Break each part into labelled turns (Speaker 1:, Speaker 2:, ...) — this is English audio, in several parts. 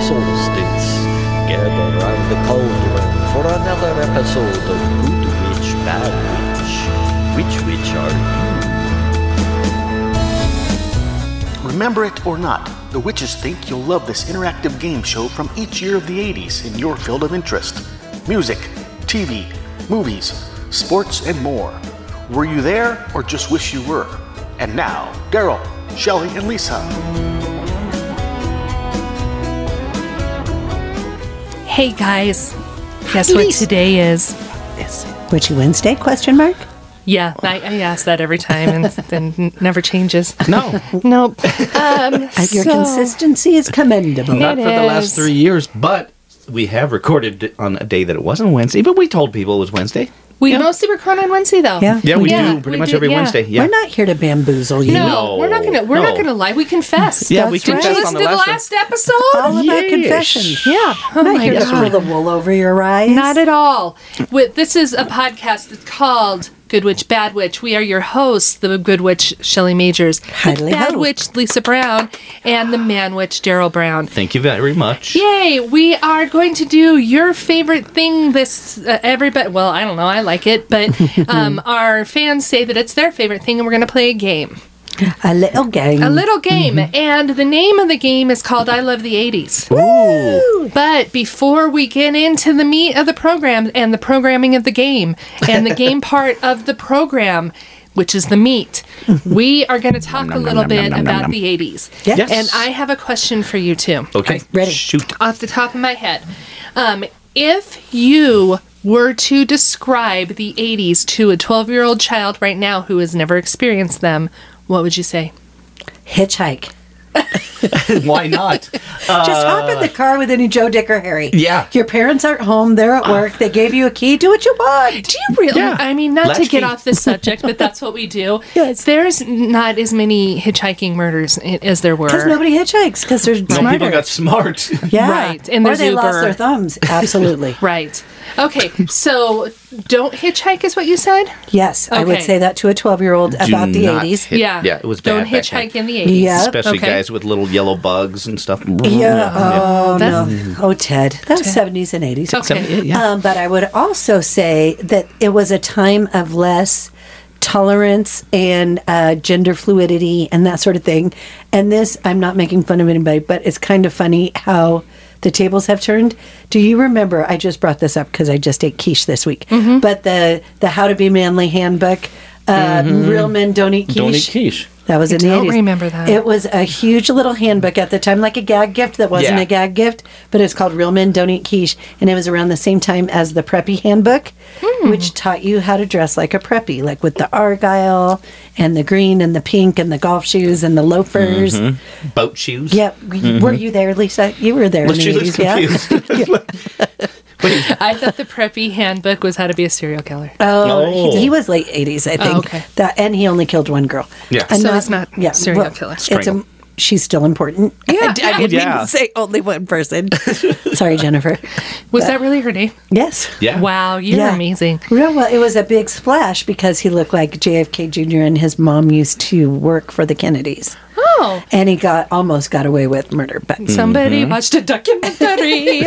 Speaker 1: solstice. Gather round the cauldron for another episode of Good Witch, Bad Witch. Which witch are you?
Speaker 2: Remember it or not, the witches think you'll love this interactive game show from each year of the 80s in your field of interest music, TV, movies, sports, and more. Were you there or just wish you were? And now, Daryl, Shelly, and Lisa.
Speaker 3: Hey guys, guess what today is?
Speaker 4: Witchy Wednesday? Question mark.
Speaker 3: Yeah, I, I ask that every time and, and n- never changes.
Speaker 5: No,
Speaker 3: Nope. Um,
Speaker 4: Uh, Your
Speaker 3: so-
Speaker 4: consistency is commendable.
Speaker 3: Yeah.
Speaker 5: not for the
Speaker 3: is.
Speaker 5: last three years, but we have recorded it on a day that it wasn't Wednesday, but we told people it was Wednesday.
Speaker 3: We mostly record on Wednesday though.
Speaker 4: Yeah.
Speaker 5: Yeah, we
Speaker 3: Yeah,
Speaker 5: do pretty
Speaker 3: we
Speaker 5: much
Speaker 3: do,
Speaker 5: every
Speaker 3: yeah.
Speaker 5: Wednesday. Yeah.
Speaker 4: We're not here to bamboozle you.
Speaker 3: No, we're not
Speaker 5: No,
Speaker 3: gonna we're
Speaker 5: no.
Speaker 3: not gonna lie. We confess.
Speaker 5: Yeah, we
Speaker 3: Did you
Speaker 5: confessed
Speaker 3: listen
Speaker 5: on the
Speaker 3: to the
Speaker 5: last
Speaker 3: last episode?
Speaker 4: All about
Speaker 5: Yes.
Speaker 4: confessions.
Speaker 3: yeah. Oh
Speaker 4: Not
Speaker 3: my
Speaker 4: here to
Speaker 3: god.
Speaker 4: pull the wool over your eyes.
Speaker 3: Not at all. With, this is a podcast that's called Good Witch, Bad Witch. We are your hosts, the Good Witch, Shelley Majors, the
Speaker 4: Hardly
Speaker 3: Bad
Speaker 4: ho.
Speaker 3: Witch, Lisa Brown, and the Man Witch, Daryl Brown.
Speaker 5: Thank you very much.
Speaker 3: Yay! We are going to do your favorite thing. This uh, everybody. Well, I don't know. I like it, but um, our fans say that it's their favorite thing, and we're going to play a game,
Speaker 4: a little game.
Speaker 3: a little
Speaker 5: Mm-hmm.
Speaker 3: game. And the name of the game is called "I Love the '80s." But before we get into the meat of the program and the programming of the game and the game part of the program, which is the meat, we are going to talk a
Speaker 5: nom,
Speaker 3: little
Speaker 5: nom,
Speaker 3: bit
Speaker 5: nom, nom,
Speaker 3: about
Speaker 5: nom.
Speaker 3: the '80s.
Speaker 4: Yes. Yes.
Speaker 3: And I have a question for you too
Speaker 5: Okay.
Speaker 4: Ready.
Speaker 5: Shoot.
Speaker 3: off the top of my head. Um, if you were to describe the 80s to a 12 year old child right now who has never experienced them, what would you say?
Speaker 4: Hitchhike.
Speaker 5: Why not?
Speaker 4: Just hop in the car with any Joe, Dick, or Harry.
Speaker 5: Uh. Yeah. Ah.
Speaker 4: Your parents aren't home. They're at work. They gave you a key. Do what you want.
Speaker 3: Do you really?
Speaker 5: Yeah.
Speaker 3: I mean, not to
Speaker 5: Latchkey.
Speaker 3: get off this subject, but that's what we do.
Speaker 4: Yes.
Speaker 3: There's not as many hitchhiking murders i- as there were.
Speaker 4: Because nobody hitchhikes because they're
Speaker 5: No,
Speaker 4: smarter.
Speaker 5: people got smart.
Speaker 4: yeah.
Speaker 3: Right, and
Speaker 4: or
Speaker 3: there's
Speaker 4: they
Speaker 3: Uber.
Speaker 4: lost their thumbs. Absolutely.
Speaker 3: Right. Okay. So don't hitchhike, is what you said?
Speaker 4: yes. I would
Speaker 3: Okay.
Speaker 4: say that to a 12 year old about the 80s.
Speaker 5: hit-
Speaker 3: yeah.
Speaker 5: Yeah, it was
Speaker 3: Don't
Speaker 5: bad. back then.
Speaker 3: hitchhike in the 80s.
Speaker 4: Yeah.
Speaker 5: Especially
Speaker 3: Okay. uh,
Speaker 5: guys with little yellow bugs and stuff.
Speaker 4: Yeah. Oh,
Speaker 3: That's-
Speaker 5: Mm.
Speaker 4: no. Oh, Ted. That was 70s and 80s.
Speaker 3: Okay.
Speaker 4: Um, but I would also say that it was a time of less tolerance and uh, gender fluidity and that sort of thing. And this, I'm not making fun of anybody, but it's kind of funny how the tables have turned. Do you remember? I just brought this up because I just ate quiche this week.
Speaker 5: Mm-hmm.
Speaker 4: But the the How to Be Manly handbook, uh, real men don't eat quiche.
Speaker 5: Mm-hmm. Don't eat quiche.
Speaker 4: That was in the
Speaker 3: don't
Speaker 4: 80s.
Speaker 3: remember that.
Speaker 4: It was a huge little handbook at the time, like a gag gift that wasn't
Speaker 5: Yeah.
Speaker 4: a gag gift, but it's called Real Men Don't Eat Quiche. And it was around the same time as the Preppy Handbook,
Speaker 3: Hmm.
Speaker 4: which taught you how to dress like a preppy, like with the argyle and the green and the pink and the golf shoes and the loafers.
Speaker 5: Mm-hmm. Boat shoes.
Speaker 4: Yep. Were you there, Lisa? You were
Speaker 5: Mm-hmm.
Speaker 4: there
Speaker 5: Well, she
Speaker 4: in the
Speaker 5: looks
Speaker 4: 80s, yeah?
Speaker 5: confused. Wait,
Speaker 3: I thought the preppy handbook was how to be a serial killer.
Speaker 4: Oh,
Speaker 5: No.
Speaker 4: He, he was late 80s, I think.
Speaker 3: Oh, okay.
Speaker 4: That, and he only killed one girl.
Speaker 5: Yeah.
Speaker 4: And
Speaker 3: So he's not serial killer.
Speaker 4: It's a,
Speaker 5: Strangle.
Speaker 4: she's still important. Yeah. I, I didn't mean
Speaker 5: Yeah.
Speaker 4: to say only one person. Sorry, Jennifer.
Speaker 3: Was that really her name?
Speaker 4: Yes.
Speaker 5: yeah.
Speaker 3: Wow, you're
Speaker 4: Yeah.
Speaker 3: amazing.
Speaker 4: Real well, it was a big splash because he looked like JFK Jr. and his mom used to work for the Kennedys,
Speaker 3: Oh,
Speaker 4: and he got almost got away with murder. But
Speaker 3: somebody watched a documentary.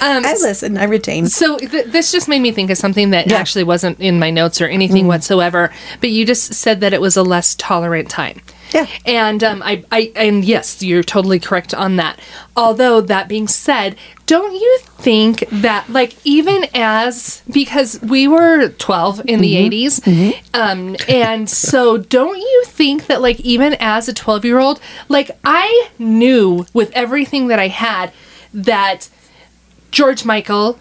Speaker 4: I listen, I retain.
Speaker 3: so th- this just made me think of something that
Speaker 4: Yeah. Mm.
Speaker 3: actually wasn't in my notes or anything whatsoever. But you just said that it was a less tolerant time.
Speaker 4: Yeah.
Speaker 3: And um, I, I, and yes, you're totally correct on that. Although that being said, don't you think that like even as because we were 12 in
Speaker 4: Mm-hmm.
Speaker 3: the 80s, um, and so don't you think that like even as a 12 year old, like I knew with everything that I had that George Michael,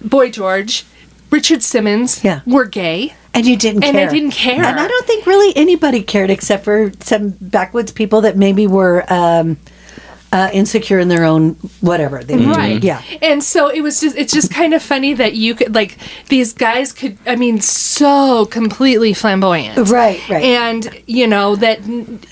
Speaker 3: Boy George, Richard Simmons
Speaker 4: Mm-hmm. Yeah.
Speaker 3: were gay.
Speaker 4: And you didn't
Speaker 3: And I
Speaker 4: care.
Speaker 3: didn't care.
Speaker 4: And I don't think really anybody cared except for some backwoods people that maybe were um, uh, insecure in their own whatever. They were.
Speaker 3: Right.
Speaker 4: Mm-hmm. Yeah.
Speaker 3: And so it was just it's just kind of funny that you could like these guys could I mean so completely flamboyant.
Speaker 4: Right, right.
Speaker 3: And you know that it-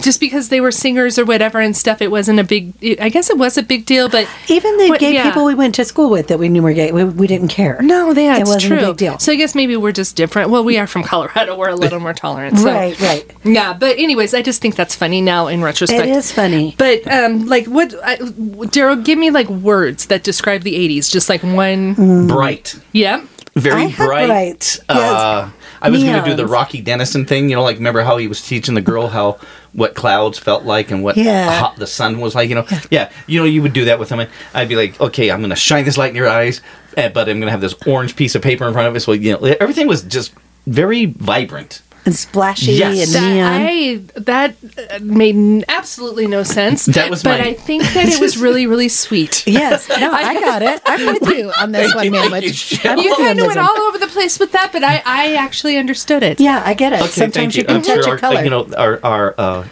Speaker 3: just because they were singers or whatever and stuff, it wasn't a big. It, I guess it was a big deal, but
Speaker 4: Even the
Speaker 3: What-
Speaker 4: gay
Speaker 3: yeah.
Speaker 4: people we went to school with that we knew were gay, we, we didn't care.
Speaker 3: No, that's
Speaker 4: it wasn't
Speaker 3: true.
Speaker 4: a big deal.
Speaker 3: So I guess maybe we're just different. Well, we are from Colorado. We're a little more tolerant. So.
Speaker 4: right, right.
Speaker 3: Yeah, but anyways, I just think that's funny now in retrospect.
Speaker 4: It is funny.
Speaker 3: But um, like, what, I, Daryl? Give me like words that describe the '80s. Just like one.
Speaker 5: Bright.
Speaker 3: Yeah.
Speaker 5: Very
Speaker 4: I have
Speaker 5: bright.
Speaker 4: bright.
Speaker 5: Uh, I was going to do the
Speaker 4: Neons.
Speaker 5: Rocky Dennison thing. You know, like remember how he was teaching the girl how what clouds felt like and what
Speaker 4: Yeah.
Speaker 5: hot the sun was like. You know, yeah. You know, you would do that with him. and I'd be like, okay, I'm going to shine this light in your eyes, eh, but I'm going to have this orange piece of paper in front of us. Well, you know, everything was just very vibrant.
Speaker 4: and splashy
Speaker 5: Yes.
Speaker 4: and
Speaker 5: That
Speaker 4: neon.
Speaker 3: That I that uh, made n- absolutely no sense.
Speaker 5: That was
Speaker 3: but
Speaker 5: my-
Speaker 3: I think that it was really really sweet.
Speaker 4: yes, no, I got it. I'm with you on this one, man.
Speaker 5: Thank you, Cheryl.
Speaker 3: You kind of went
Speaker 4: Feminism.
Speaker 3: all over the place with that, but I I actually understood it.
Speaker 4: Yeah, I get it.
Speaker 5: Okay, thank
Speaker 4: Sometimes
Speaker 5: you.
Speaker 4: you can
Speaker 5: I'm
Speaker 4: touch
Speaker 5: sure
Speaker 4: a
Speaker 5: our,
Speaker 4: color.
Speaker 5: you know our our uh,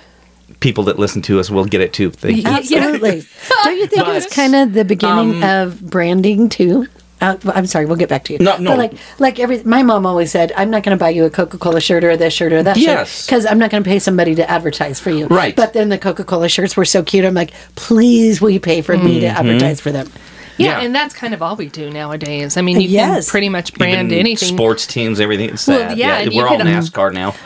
Speaker 5: people that listen to us will get it too. Thank you.
Speaker 3: Yeah.
Speaker 4: Absolutely. Don't you think it was
Speaker 5: But, um,
Speaker 4: kind of the beginning of branding too? Uh, I'm sorry, we'll get back to you.
Speaker 5: No, no.
Speaker 4: But like, like every, my mom always said, "I'm not going to buy you a Coca-Cola shirt or this shirt or that
Speaker 5: Yes.
Speaker 4: shirt because I'm not going to pay somebody to advertise for you."
Speaker 5: Right.
Speaker 4: But then the Coca-Cola shirts were so cute. I'm like, "Please, will you pay for me to
Speaker 5: Mm-hmm.
Speaker 4: advertise for them?"
Speaker 3: Yeah,
Speaker 5: Yeah.
Speaker 3: and that's kind of all we do nowadays. I mean, you
Speaker 4: Yes.
Speaker 3: can pretty much brand
Speaker 5: Even
Speaker 3: anything.
Speaker 5: sports teams, everything. It's
Speaker 3: Well,
Speaker 5: that.
Speaker 3: yeah,
Speaker 5: Yeah,
Speaker 3: and you
Speaker 5: we're all
Speaker 3: could-
Speaker 5: NASCAR now.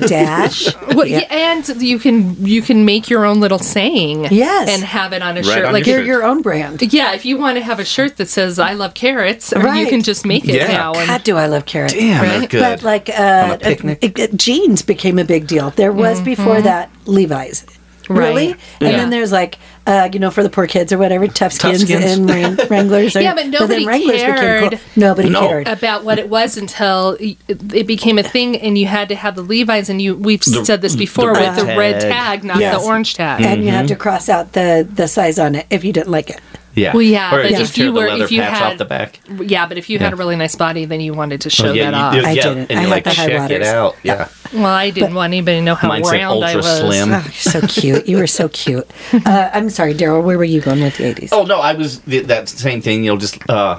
Speaker 4: Dash.
Speaker 3: Well, yeah. and you can you can make your own little saying.
Speaker 4: Yes.
Speaker 3: and have it on a
Speaker 5: Right
Speaker 3: shirt.
Speaker 5: on
Speaker 3: like
Speaker 5: your
Speaker 4: You're your own brand.
Speaker 3: yeah, if you want to have a shirt that says "I love carrots," or you
Speaker 4: Right.
Speaker 3: can just make it
Speaker 5: Yeah.
Speaker 3: now. And,
Speaker 4: God, do I love carrots?
Speaker 5: Damn, they're
Speaker 3: Right?
Speaker 5: good.
Speaker 4: But like
Speaker 5: On a
Speaker 4: uh,
Speaker 5: picnic.
Speaker 4: uh, uh, jeans became a big deal. There was before that Levi's.
Speaker 3: Mm-hmm. Right.
Speaker 4: Really? And
Speaker 5: Yeah.
Speaker 4: then there's like, uh, you know, for the poor kids or whatever, tough skins,
Speaker 5: Skins.
Speaker 4: and wrang- Wranglers. Or,
Speaker 3: Yeah, but nobody cared.
Speaker 4: Nobody
Speaker 5: No.
Speaker 4: cared.
Speaker 3: about what it was until y- it became a thing, and you had to have the Levi's, and you we've
Speaker 5: The-
Speaker 3: said this
Speaker 5: the
Speaker 3: before
Speaker 5: red
Speaker 3: with the red
Speaker 5: tag.
Speaker 3: tag, not
Speaker 4: Yes.
Speaker 3: the orange tag.
Speaker 4: and you
Speaker 5: Mm-hmm.
Speaker 4: had to cross out the, the size on it if you didn't like it.
Speaker 5: Yeah.
Speaker 3: Well, yeah,
Speaker 5: Or
Speaker 3: but
Speaker 5: just
Speaker 3: if you
Speaker 5: tear
Speaker 3: were-
Speaker 5: the leather
Speaker 3: if you
Speaker 5: pads
Speaker 3: had-
Speaker 5: off the back.
Speaker 3: Yeah, but if you had a
Speaker 5: Yeah.
Speaker 3: really nice body, then you wanted to show
Speaker 5: Oh, yeah,
Speaker 3: that
Speaker 5: you
Speaker 3: off.
Speaker 5: do-
Speaker 4: I
Speaker 5: yeah,
Speaker 4: didn't.
Speaker 5: And you're
Speaker 4: I had
Speaker 5: like,
Speaker 4: the high
Speaker 5: check it
Speaker 4: waters."
Speaker 5: out. Yeah.
Speaker 3: well, I didn't want anybody to know how
Speaker 5: Mine's like
Speaker 3: round I
Speaker 5: ultra
Speaker 3: was.
Speaker 5: slim.
Speaker 4: Oh, you're so cute. you were so cute. Uh, I'm sorry, Daryl, where were you going with the 80s?
Speaker 5: Oh no, I was th- that same thing. You know, just uh,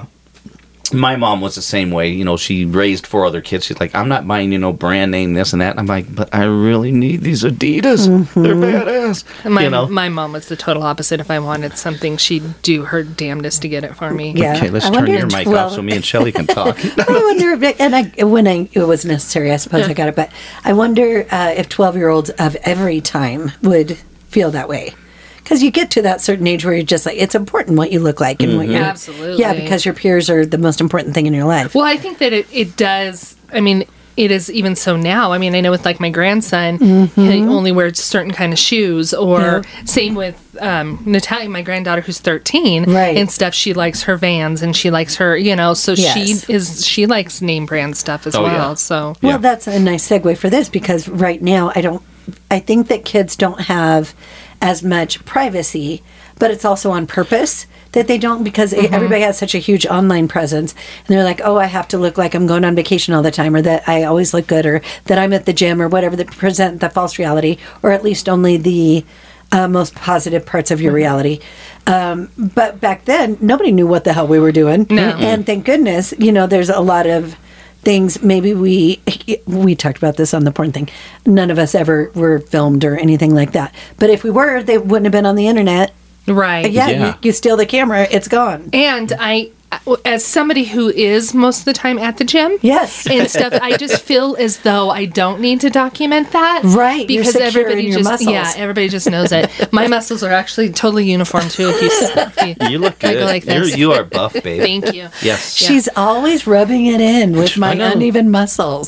Speaker 5: my mom was the same way. You know, she raised four other kids. She's like, I'm not buying you no brand name this and that. And I'm like, but I really need these Adidas.
Speaker 4: Mm-hmm.
Speaker 5: They're badass.
Speaker 3: My,
Speaker 5: you know.
Speaker 3: my mom was the total opposite. If I wanted something, she'd do her damnedest to get it for me.
Speaker 4: Yeah.
Speaker 5: okay, let's
Speaker 4: I
Speaker 5: turn
Speaker 4: wonder
Speaker 5: your
Speaker 4: if-
Speaker 5: mic
Speaker 4: well-
Speaker 5: off so me and Shelly can talk.
Speaker 4: I wonder if, it- and I, when I, it was necessary, I suppose I got it, but I wonder uh, if 12 year olds of every time would feel that way. Because you get to that certain age where you're just like, it's important what you look like and what you're.
Speaker 3: Absolutely.
Speaker 4: Yeah, because your peers are the most important thing in your life.
Speaker 3: Well, I think that it, it does. I mean, it is even so now. I mean, I know with like my grandson, he
Speaker 4: Mm-hmm.
Speaker 3: only wears certain kind of shoes, or same with um, Natalia, my granddaughter who's thirteen,
Speaker 4: Right.
Speaker 3: and stuff. She likes her Vans and she likes her, you know. So
Speaker 4: Yes.
Speaker 3: she is she likes name brand stuff as
Speaker 5: Oh, yeah.
Speaker 3: well. So
Speaker 5: Yeah.
Speaker 4: Well, that's a nice segue for this because right now I don't. I think that kids don't have as much privacy, but it's also on purpose that they don't because everybody has such a huge online presence, and they're like, "Oh, I have to look like I'm going on vacation all the time, or that I always look good, or that I'm at the gym, or whatever." That present the false reality, or at least only the uh, most positive parts of your reality. Um, but back then, nobody knew what the hell we were doing. And thank goodness, you know, there's a lot of things. Maybe we we talked about this on the porn thing. None of us ever were filmed or anything like that. But if we were, they wouldn't have been on the internet.
Speaker 3: right,
Speaker 4: Yeah,
Speaker 5: Yeah.
Speaker 4: You, you steal the camera, it's gone.
Speaker 3: And I, as somebody who is most of the time at the gym,
Speaker 4: Yes.
Speaker 3: and stuff, I just feel as though I don't need to document that,
Speaker 4: Right, you're
Speaker 3: Because
Speaker 4: secure
Speaker 3: everybody
Speaker 4: in your
Speaker 3: just,
Speaker 4: muscles.
Speaker 3: yeah, everybody just knows it. My muscles are actually totally uniform too. If you, s- if you,
Speaker 5: you look
Speaker 3: I go
Speaker 5: good.
Speaker 3: like
Speaker 5: You're-
Speaker 3: this.
Speaker 5: you are buff, babe.
Speaker 3: thank you.
Speaker 5: yes.
Speaker 3: Yeah.
Speaker 4: She's always rubbing it in with my
Speaker 5: know.
Speaker 4: uneven muscles.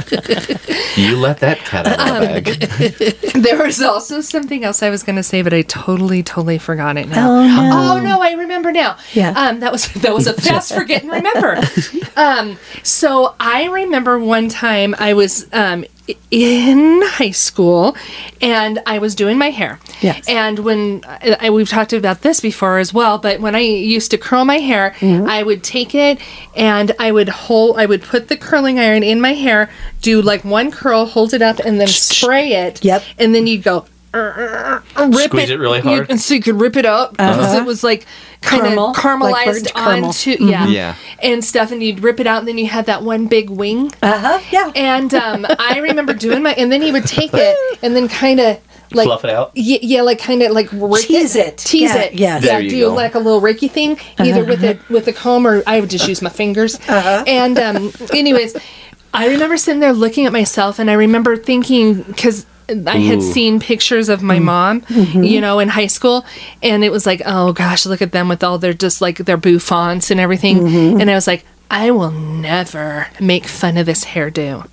Speaker 5: You let that cat out of the
Speaker 3: Um,
Speaker 5: bag.
Speaker 3: There was also something else I was going to say, but I totally, totally forgot it now.
Speaker 4: Oh, no.
Speaker 3: Oh, no, I remember now.
Speaker 4: Yeah.
Speaker 3: Um, that was that was a fast forget and remember. Um, so I remember one time I was um, i- in high school, and I was doing my hair.
Speaker 4: Yes.
Speaker 3: And when I, I- we've talked about this before as well, but when I used to curl my hair,
Speaker 4: Mm-hmm.
Speaker 3: I would take it and I would hold. I would put the curling iron in my hair, do like one curl, hold it up, and then spray it.
Speaker 4: Yep.
Speaker 3: And then you'd go rip
Speaker 5: Squeeze it really
Speaker 3: you-
Speaker 5: hard?
Speaker 3: and so you could rip it up because it was like kind
Speaker 4: Uh-huh. Caramel,
Speaker 3: of caramelized
Speaker 4: like burnt caramel. Mm-hmm.
Speaker 3: onto yeah
Speaker 5: Yeah.
Speaker 3: and stuff, and you'd rip it out, and then you had that one big wing.
Speaker 4: Uh huh. Yeah.
Speaker 3: And um, I remember doing my, and then he would take it and then kind of like
Speaker 5: Fluff it out?
Speaker 3: Yeah, yeah like kind of like rake
Speaker 4: Tease it.
Speaker 3: tease
Speaker 4: Yeah,
Speaker 3: it.
Speaker 4: yes.
Speaker 5: There
Speaker 3: yeah,
Speaker 5: you
Speaker 3: do
Speaker 5: go.
Speaker 3: like a little rakey thing, either with a with a comb or I would just use my fingers.
Speaker 4: Uh-huh.
Speaker 3: And um, anyways, I remember sitting there looking at myself, and I remember thinking because. I had
Speaker 5: Ooh.
Speaker 3: seen pictures of
Speaker 4: Mm-hmm.
Speaker 3: my mom, you know, in high school, and it was like, oh gosh, look at them with all their just like their bouffants and everything.
Speaker 4: Mm-hmm.
Speaker 3: And I was like, I will never make fun of this hairdo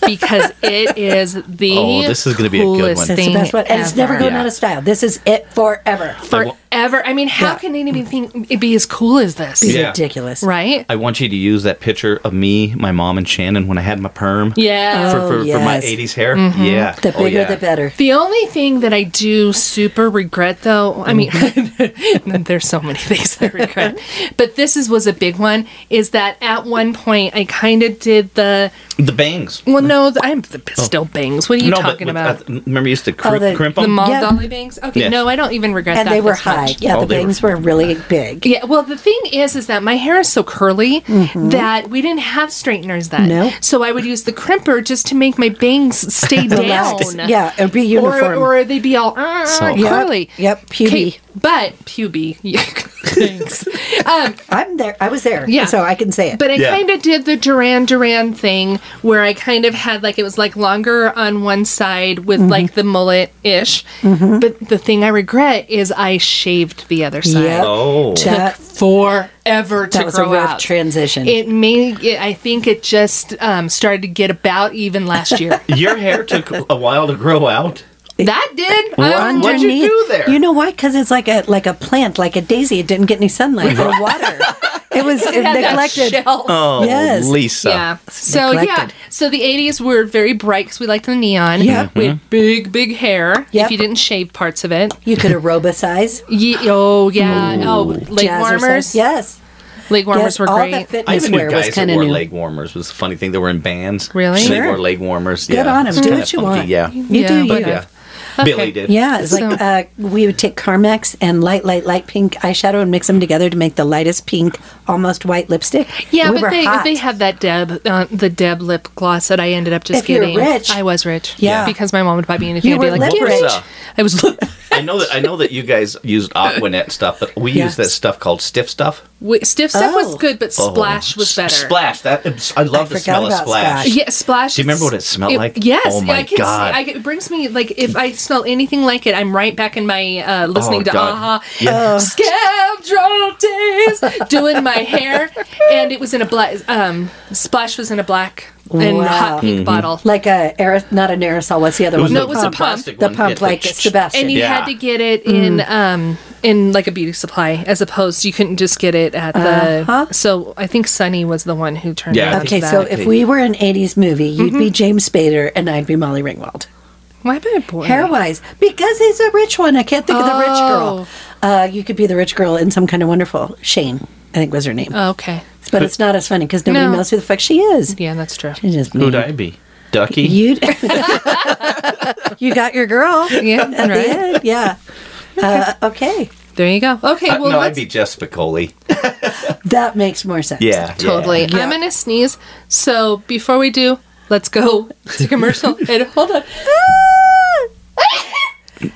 Speaker 3: because it is the
Speaker 5: Oh, this is gonna be a good one. That's
Speaker 3: coolest
Speaker 4: That's the
Speaker 3: thing
Speaker 4: best one. And it's never
Speaker 3: ever
Speaker 4: going
Speaker 5: Yeah.
Speaker 4: out of style. This is it forever.
Speaker 5: I, wa-
Speaker 3: forever. I mean, how
Speaker 4: Yeah.
Speaker 3: can anything it be as cool as this?
Speaker 4: It's
Speaker 5: Yeah.
Speaker 4: ridiculous.
Speaker 3: Right?
Speaker 5: I want you to use that picture of me, my mom, and Shannon when I had my perm.
Speaker 3: Yeah.
Speaker 5: For,
Speaker 4: Oh,
Speaker 5: for, for my
Speaker 4: yes. Mm-hmm.
Speaker 5: 80s hair. Yeah.
Speaker 4: The bigger,
Speaker 5: oh, yeah.
Speaker 4: the better.
Speaker 3: the only thing that I do super regret, though, I mean,
Speaker 5: Mm-hmm.
Speaker 3: there's so many things I regret, but this is was a big one. Is that at one point I kind of did the
Speaker 5: The bangs.
Speaker 3: well, no, the, I'm the, still bangs. What are you talking
Speaker 5: Oh. with-
Speaker 3: about?
Speaker 5: I th- remember you used to crimp,
Speaker 4: Oh, the-
Speaker 5: crimp
Speaker 3: the
Speaker 5: them?
Speaker 3: mall
Speaker 4: Yeah.
Speaker 3: dolly bangs? Okay,
Speaker 5: Yes.
Speaker 3: no, I don't even regret
Speaker 4: And
Speaker 3: that.
Speaker 4: they were
Speaker 3: this much.
Speaker 4: high. Yeah,
Speaker 5: Oh,
Speaker 4: the
Speaker 5: they were-
Speaker 4: bangs were really big.
Speaker 3: Yeah, well, the thing is, is that my hair is so curly
Speaker 4: Mm-hmm.
Speaker 3: that we didn't have straighteners then.
Speaker 4: No.
Speaker 3: So I would use the crimper just to make my bangs stay down.
Speaker 4: Relaxed. Yeah, it'd be
Speaker 3: Or,
Speaker 4: uniform.
Speaker 3: or they'd be all uh,
Speaker 5: So-
Speaker 4: Yep,
Speaker 3: curly.
Speaker 4: yep, puby.
Speaker 3: 'Kay, But puby. yeah, Thanks. um,
Speaker 4: I'm there. I was there.
Speaker 3: Yeah.
Speaker 4: So I can say it.
Speaker 3: but I
Speaker 5: Yeah.
Speaker 3: kind of did the Duran Duran thing where I kind of had like it was like longer on one side with
Speaker 4: Mm-hmm.
Speaker 3: like the mullet ish. But the thing I regret is I shaved the other side.
Speaker 4: Yep.
Speaker 5: Oh.
Speaker 4: that,
Speaker 3: Forever to
Speaker 4: that was a
Speaker 3: grow
Speaker 4: rough
Speaker 3: out.
Speaker 4: transition.
Speaker 3: It may. It, I think it just um, started to get about even last year.
Speaker 5: Your hair took a while to grow out.
Speaker 3: that did. I'm-
Speaker 5: What'd you do there?
Speaker 4: You know why? Because it's like a like a plant, like a daisy. It didn't get any sunlight or water. It was
Speaker 3: it had that
Speaker 4: neglected.
Speaker 3: shell.
Speaker 5: Oh,
Speaker 4: Yes.
Speaker 5: Lisa.
Speaker 3: yeah. So
Speaker 4: neglected.
Speaker 3: yeah. So the 80s were very bright because we liked the neon.
Speaker 4: Yeah. Mm-hmm.
Speaker 3: We had big, big hair.
Speaker 4: Yep.
Speaker 3: If you didn't shave parts of it.
Speaker 4: You could aerobicize.
Speaker 3: Ye- oh yeah. Oh, leg
Speaker 4: jazzercise.
Speaker 3: warmers.
Speaker 4: Yes.
Speaker 3: Leg warmers
Speaker 4: yes.
Speaker 3: were
Speaker 4: All
Speaker 3: great.
Speaker 4: that
Speaker 5: I
Speaker 4: fitness
Speaker 5: even knew
Speaker 4: wear was
Speaker 5: guys that
Speaker 4: kind of
Speaker 5: wore
Speaker 4: new.
Speaker 5: leg warmers. It was a funny thing. They were in bands.
Speaker 3: Really?
Speaker 5: They
Speaker 4: Sure.
Speaker 5: wore leg warmers.
Speaker 4: Good
Speaker 5: yeah.
Speaker 4: on 'em.
Speaker 5: It was
Speaker 4: Do
Speaker 5: kinda
Speaker 4: what you
Speaker 5: funky,
Speaker 4: want.
Speaker 5: Yeah.
Speaker 4: You
Speaker 3: Yeah,
Speaker 4: do
Speaker 3: but
Speaker 4: you.
Speaker 5: Yeah. Billy did.
Speaker 4: Yeah, it's like
Speaker 3: So-
Speaker 4: uh, we would take Carmex and light, light, light pink eyeshadow and mix them together to make the lightest pink, almost white lipstick.
Speaker 3: yeah,
Speaker 4: we
Speaker 3: but they
Speaker 4: hot.
Speaker 3: they have that Deb uh, the Deb lip gloss that I ended up just
Speaker 4: If you're
Speaker 3: getting.
Speaker 4: rich.
Speaker 3: I was rich.
Speaker 4: Yeah.
Speaker 3: Because my mom would buy me anything.
Speaker 4: You
Speaker 3: I'd be
Speaker 4: were
Speaker 3: like,
Speaker 4: lip
Speaker 3: "Get
Speaker 4: rich.
Speaker 3: I was.
Speaker 5: I know that I know that you guys used Aquanet stuff, but we
Speaker 4: Yeah.
Speaker 5: used that stuff called stiff stuff.
Speaker 3: Wait, stiff stuff
Speaker 4: Oh.
Speaker 3: was good, but splash
Speaker 5: S-
Speaker 3: was better.
Speaker 5: Splash. That I love the
Speaker 4: forgot
Speaker 5: smell of
Speaker 4: about
Speaker 5: splash.
Speaker 4: Splash.
Speaker 3: Yeah, splash.
Speaker 5: Do you remember what it smelled like?
Speaker 3: Yes.
Speaker 5: Oh my
Speaker 3: I can,
Speaker 5: God.
Speaker 3: See, I, can- it brings me like if I smell anything like it, I'm right back in my uh, listening
Speaker 5: Oh,
Speaker 3: to
Speaker 5: God.
Speaker 3: Aha.
Speaker 5: Yeah.
Speaker 3: Scarecrow days, doing my hair, and it was in a black. Um, splash was in a black and
Speaker 4: Wow.
Speaker 3: hot
Speaker 5: Mm-hmm.
Speaker 3: pink bottle.
Speaker 4: like a aerosol, not an aerosol. What's the other one?
Speaker 3: No,
Speaker 5: the-
Speaker 3: it was a
Speaker 5: the
Speaker 3: pump.
Speaker 5: plastic
Speaker 4: the
Speaker 5: one.
Speaker 4: pump,
Speaker 5: Yeah, the
Speaker 4: like
Speaker 5: ch-
Speaker 4: Sebastian.
Speaker 3: and you
Speaker 5: Yeah.
Speaker 3: had to get it in
Speaker 4: Mm.
Speaker 3: um in like a beauty supply as opposed you couldn't just get it at the
Speaker 4: Uh-huh.
Speaker 3: so i think sunny was the one who turned
Speaker 5: Yeah, I
Speaker 3: yeah
Speaker 5: think
Speaker 4: okay, so if we were an '80s movie, you'd
Speaker 3: Mm-hmm.
Speaker 4: be James Spader and I'd be Molly Ringwald.
Speaker 3: why bad boy
Speaker 4: Hair wise, because he's a rich one. I can't think of the rich
Speaker 3: Oh.
Speaker 4: girl. Uh, you could be the rich girl in some kind of wonderful. Shane, I think was her name.
Speaker 3: Oh, okay
Speaker 4: but it's not as funny because nobody
Speaker 3: Uh, No.
Speaker 4: knows who the fuck she is.
Speaker 3: yeah that's true
Speaker 4: She's just
Speaker 5: Who'd
Speaker 4: mean.
Speaker 5: I be? Ducky.
Speaker 4: You you got your girl.
Speaker 3: yeah
Speaker 4: At the
Speaker 3: right
Speaker 4: end, yeah. Uh, okay,
Speaker 3: There you go. Okay,
Speaker 5: Uh,
Speaker 3: well,
Speaker 5: no, I'd
Speaker 3: let's,
Speaker 5: be Jess Spicoli.
Speaker 4: that makes more sense.
Speaker 5: Yeah.
Speaker 3: totally.
Speaker 4: Yeah.
Speaker 3: I'm going to sneeze. So before we do, let's go to commercial. and hold on.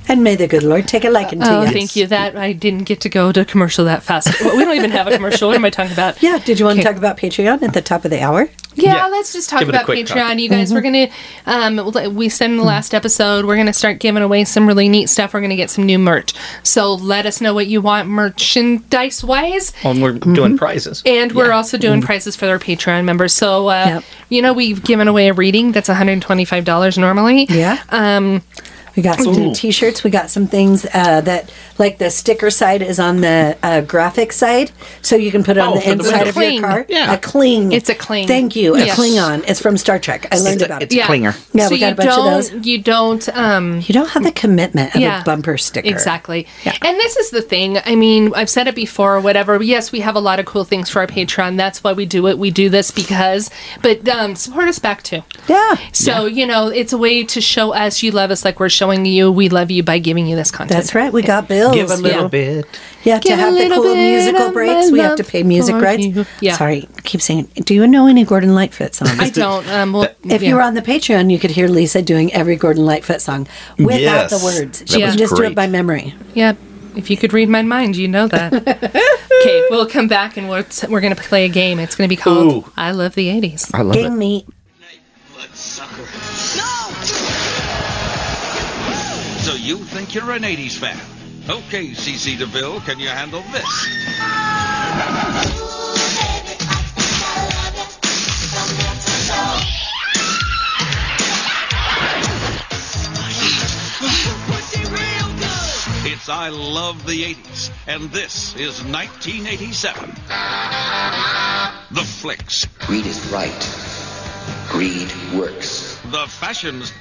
Speaker 4: And may the good Lord take a liking to
Speaker 3: Oh,
Speaker 4: you.
Speaker 3: thank you. That I didn't get to go to commercial that fast. Well, we don't even have a commercial. What am I talking about?
Speaker 4: Yeah. Did you want to
Speaker 3: Okay.
Speaker 4: talk about Patreon at the top of the hour?
Speaker 3: Yeah,
Speaker 5: Yeah.
Speaker 3: let's just talk
Speaker 5: Give it a
Speaker 3: about
Speaker 5: quick
Speaker 3: Patreon,
Speaker 5: topic.
Speaker 3: you guys. We're gonna,
Speaker 4: Mm-hmm.
Speaker 3: um, l- we said in the last episode, we're gonna start giving away some really neat stuff. We're gonna get some new merch. So let us know what you want merchandise wise,
Speaker 5: Well, and we're doing prizes.
Speaker 3: and we're also doing prizes for our Patreon members. So uh,
Speaker 4: Mm. Yep.
Speaker 3: you know, we've given away a reading that's one hundred twenty five dollars normally.
Speaker 4: Yeah.
Speaker 3: Um,
Speaker 4: We got some new
Speaker 5: Ooh.
Speaker 4: T-shirts. We got some things uh, that, like the sticker side, is on the uh, graphic side, so you can put it on
Speaker 5: Oh,
Speaker 4: the
Speaker 5: for the
Speaker 4: inside
Speaker 5: window.
Speaker 4: of your
Speaker 3: Cling.
Speaker 4: car.
Speaker 5: Yeah.
Speaker 4: a cling.
Speaker 3: It's a cling.
Speaker 4: Thank you. A
Speaker 3: Yes.
Speaker 4: Klingon. It's from Star Trek. I learned
Speaker 5: a-
Speaker 4: about it.
Speaker 5: it's a- Clinger.
Speaker 4: Yeah,
Speaker 3: so
Speaker 4: we got
Speaker 3: you
Speaker 4: a bunch of
Speaker 3: don't,
Speaker 4: those.
Speaker 3: You don't. Um,
Speaker 4: You don't have the commitment of a bumper sticker.
Speaker 3: Exactly. And this is the thing. I mean, I've said it before, whatever. Yes, we have a lot of cool things for our Patreon. That's why we do it. We do this because, but um, support us back too.
Speaker 4: Yeah.
Speaker 3: So, you know, it's a way to show us you love us like we're showing you we love you by giving you this content.
Speaker 4: That's right. We got bills.
Speaker 5: Give a little
Speaker 3: Yeah.
Speaker 5: bit.
Speaker 4: Yeah, to
Speaker 3: Give a
Speaker 4: have the
Speaker 3: little
Speaker 4: cool
Speaker 3: bit
Speaker 4: musical
Speaker 3: of
Speaker 4: breaks,
Speaker 3: my
Speaker 4: we have
Speaker 3: love
Speaker 4: to pay music
Speaker 3: for
Speaker 4: rights.
Speaker 3: you. Yeah.
Speaker 4: Sorry, I keep saying. Do you know any Gordon Lightfoot songs?
Speaker 3: I don't. Um, well,
Speaker 4: if
Speaker 3: yeah.
Speaker 4: you were on the Patreon, you could hear Lisa doing every Gordon Lightfoot song without
Speaker 5: Yes.
Speaker 4: the words.
Speaker 5: That
Speaker 4: She
Speaker 3: was
Speaker 4: can just do
Speaker 5: great.
Speaker 4: it by memory.
Speaker 3: yeah, if you could read my mind, you know that. okay, we'll come back and we're we're gonna play a game. It's gonna be called
Speaker 5: Ooh.
Speaker 3: "I Love the '80s."
Speaker 5: I love
Speaker 4: Game
Speaker 5: it.
Speaker 4: meat.
Speaker 6: Night bloodsucker.
Speaker 7: No!
Speaker 6: So you think you're an 80s fan? Okay, CC DeVille, can you handle this? It's I Love the 80s, and this is 1987. The flicks,
Speaker 8: Greed is right. Greed works.
Speaker 6: the fashions,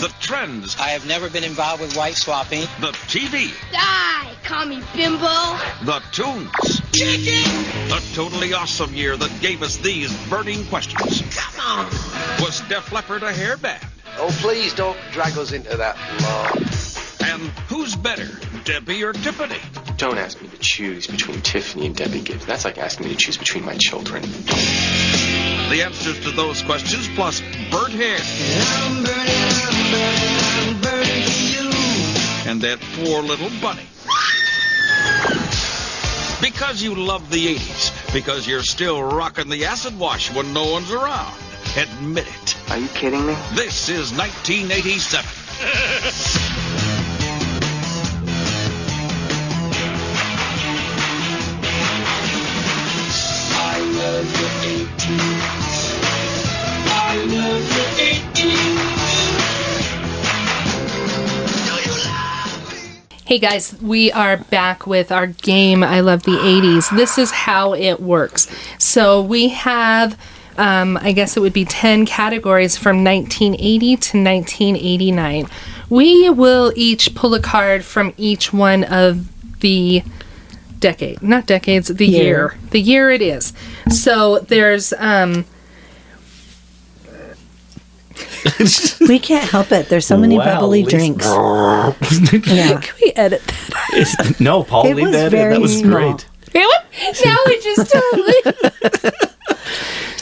Speaker 6: the trends,
Speaker 9: I have never been involved with wife swapping.
Speaker 6: the TV,
Speaker 7: Die, commie bimbo!
Speaker 6: the tunes. A totally awesome year that gave us these burning questions.
Speaker 9: Come on!
Speaker 6: Was Def Leppard a hair band?
Speaker 8: Oh, please don't drag us into that law.
Speaker 6: And who's better, Debbie or Tiffany?
Speaker 10: Don't ask me to choose between Tiffany and Debbie Gibbs. That's like asking me to choose between my children.
Speaker 6: The answers to those questions plus burnt hair. And that poor little bunny. Because you love the 80s, because you're still rocking the acid wash when no one's around. Admit it.
Speaker 10: Are you kidding me?
Speaker 6: This is 1987.
Speaker 3: Hey guys, we are back with our game. I love the 80s. This is how it works. So we have, um, I guess it would be 10 categories from 1980 to 1989. We will each pull a card from each one of the decade, not decades, the year. The year it is. So there's, um,
Speaker 4: We can't help it. There's so many
Speaker 5: Wow,
Speaker 4: bubbly
Speaker 5: Lisa.
Speaker 4: drinks. yeah. Can we edit that?
Speaker 5: No, Paul,
Speaker 4: It
Speaker 5: leave
Speaker 4: was
Speaker 5: that in. That
Speaker 4: very
Speaker 5: was
Speaker 4: small.
Speaker 5: great.
Speaker 3: now it just totally.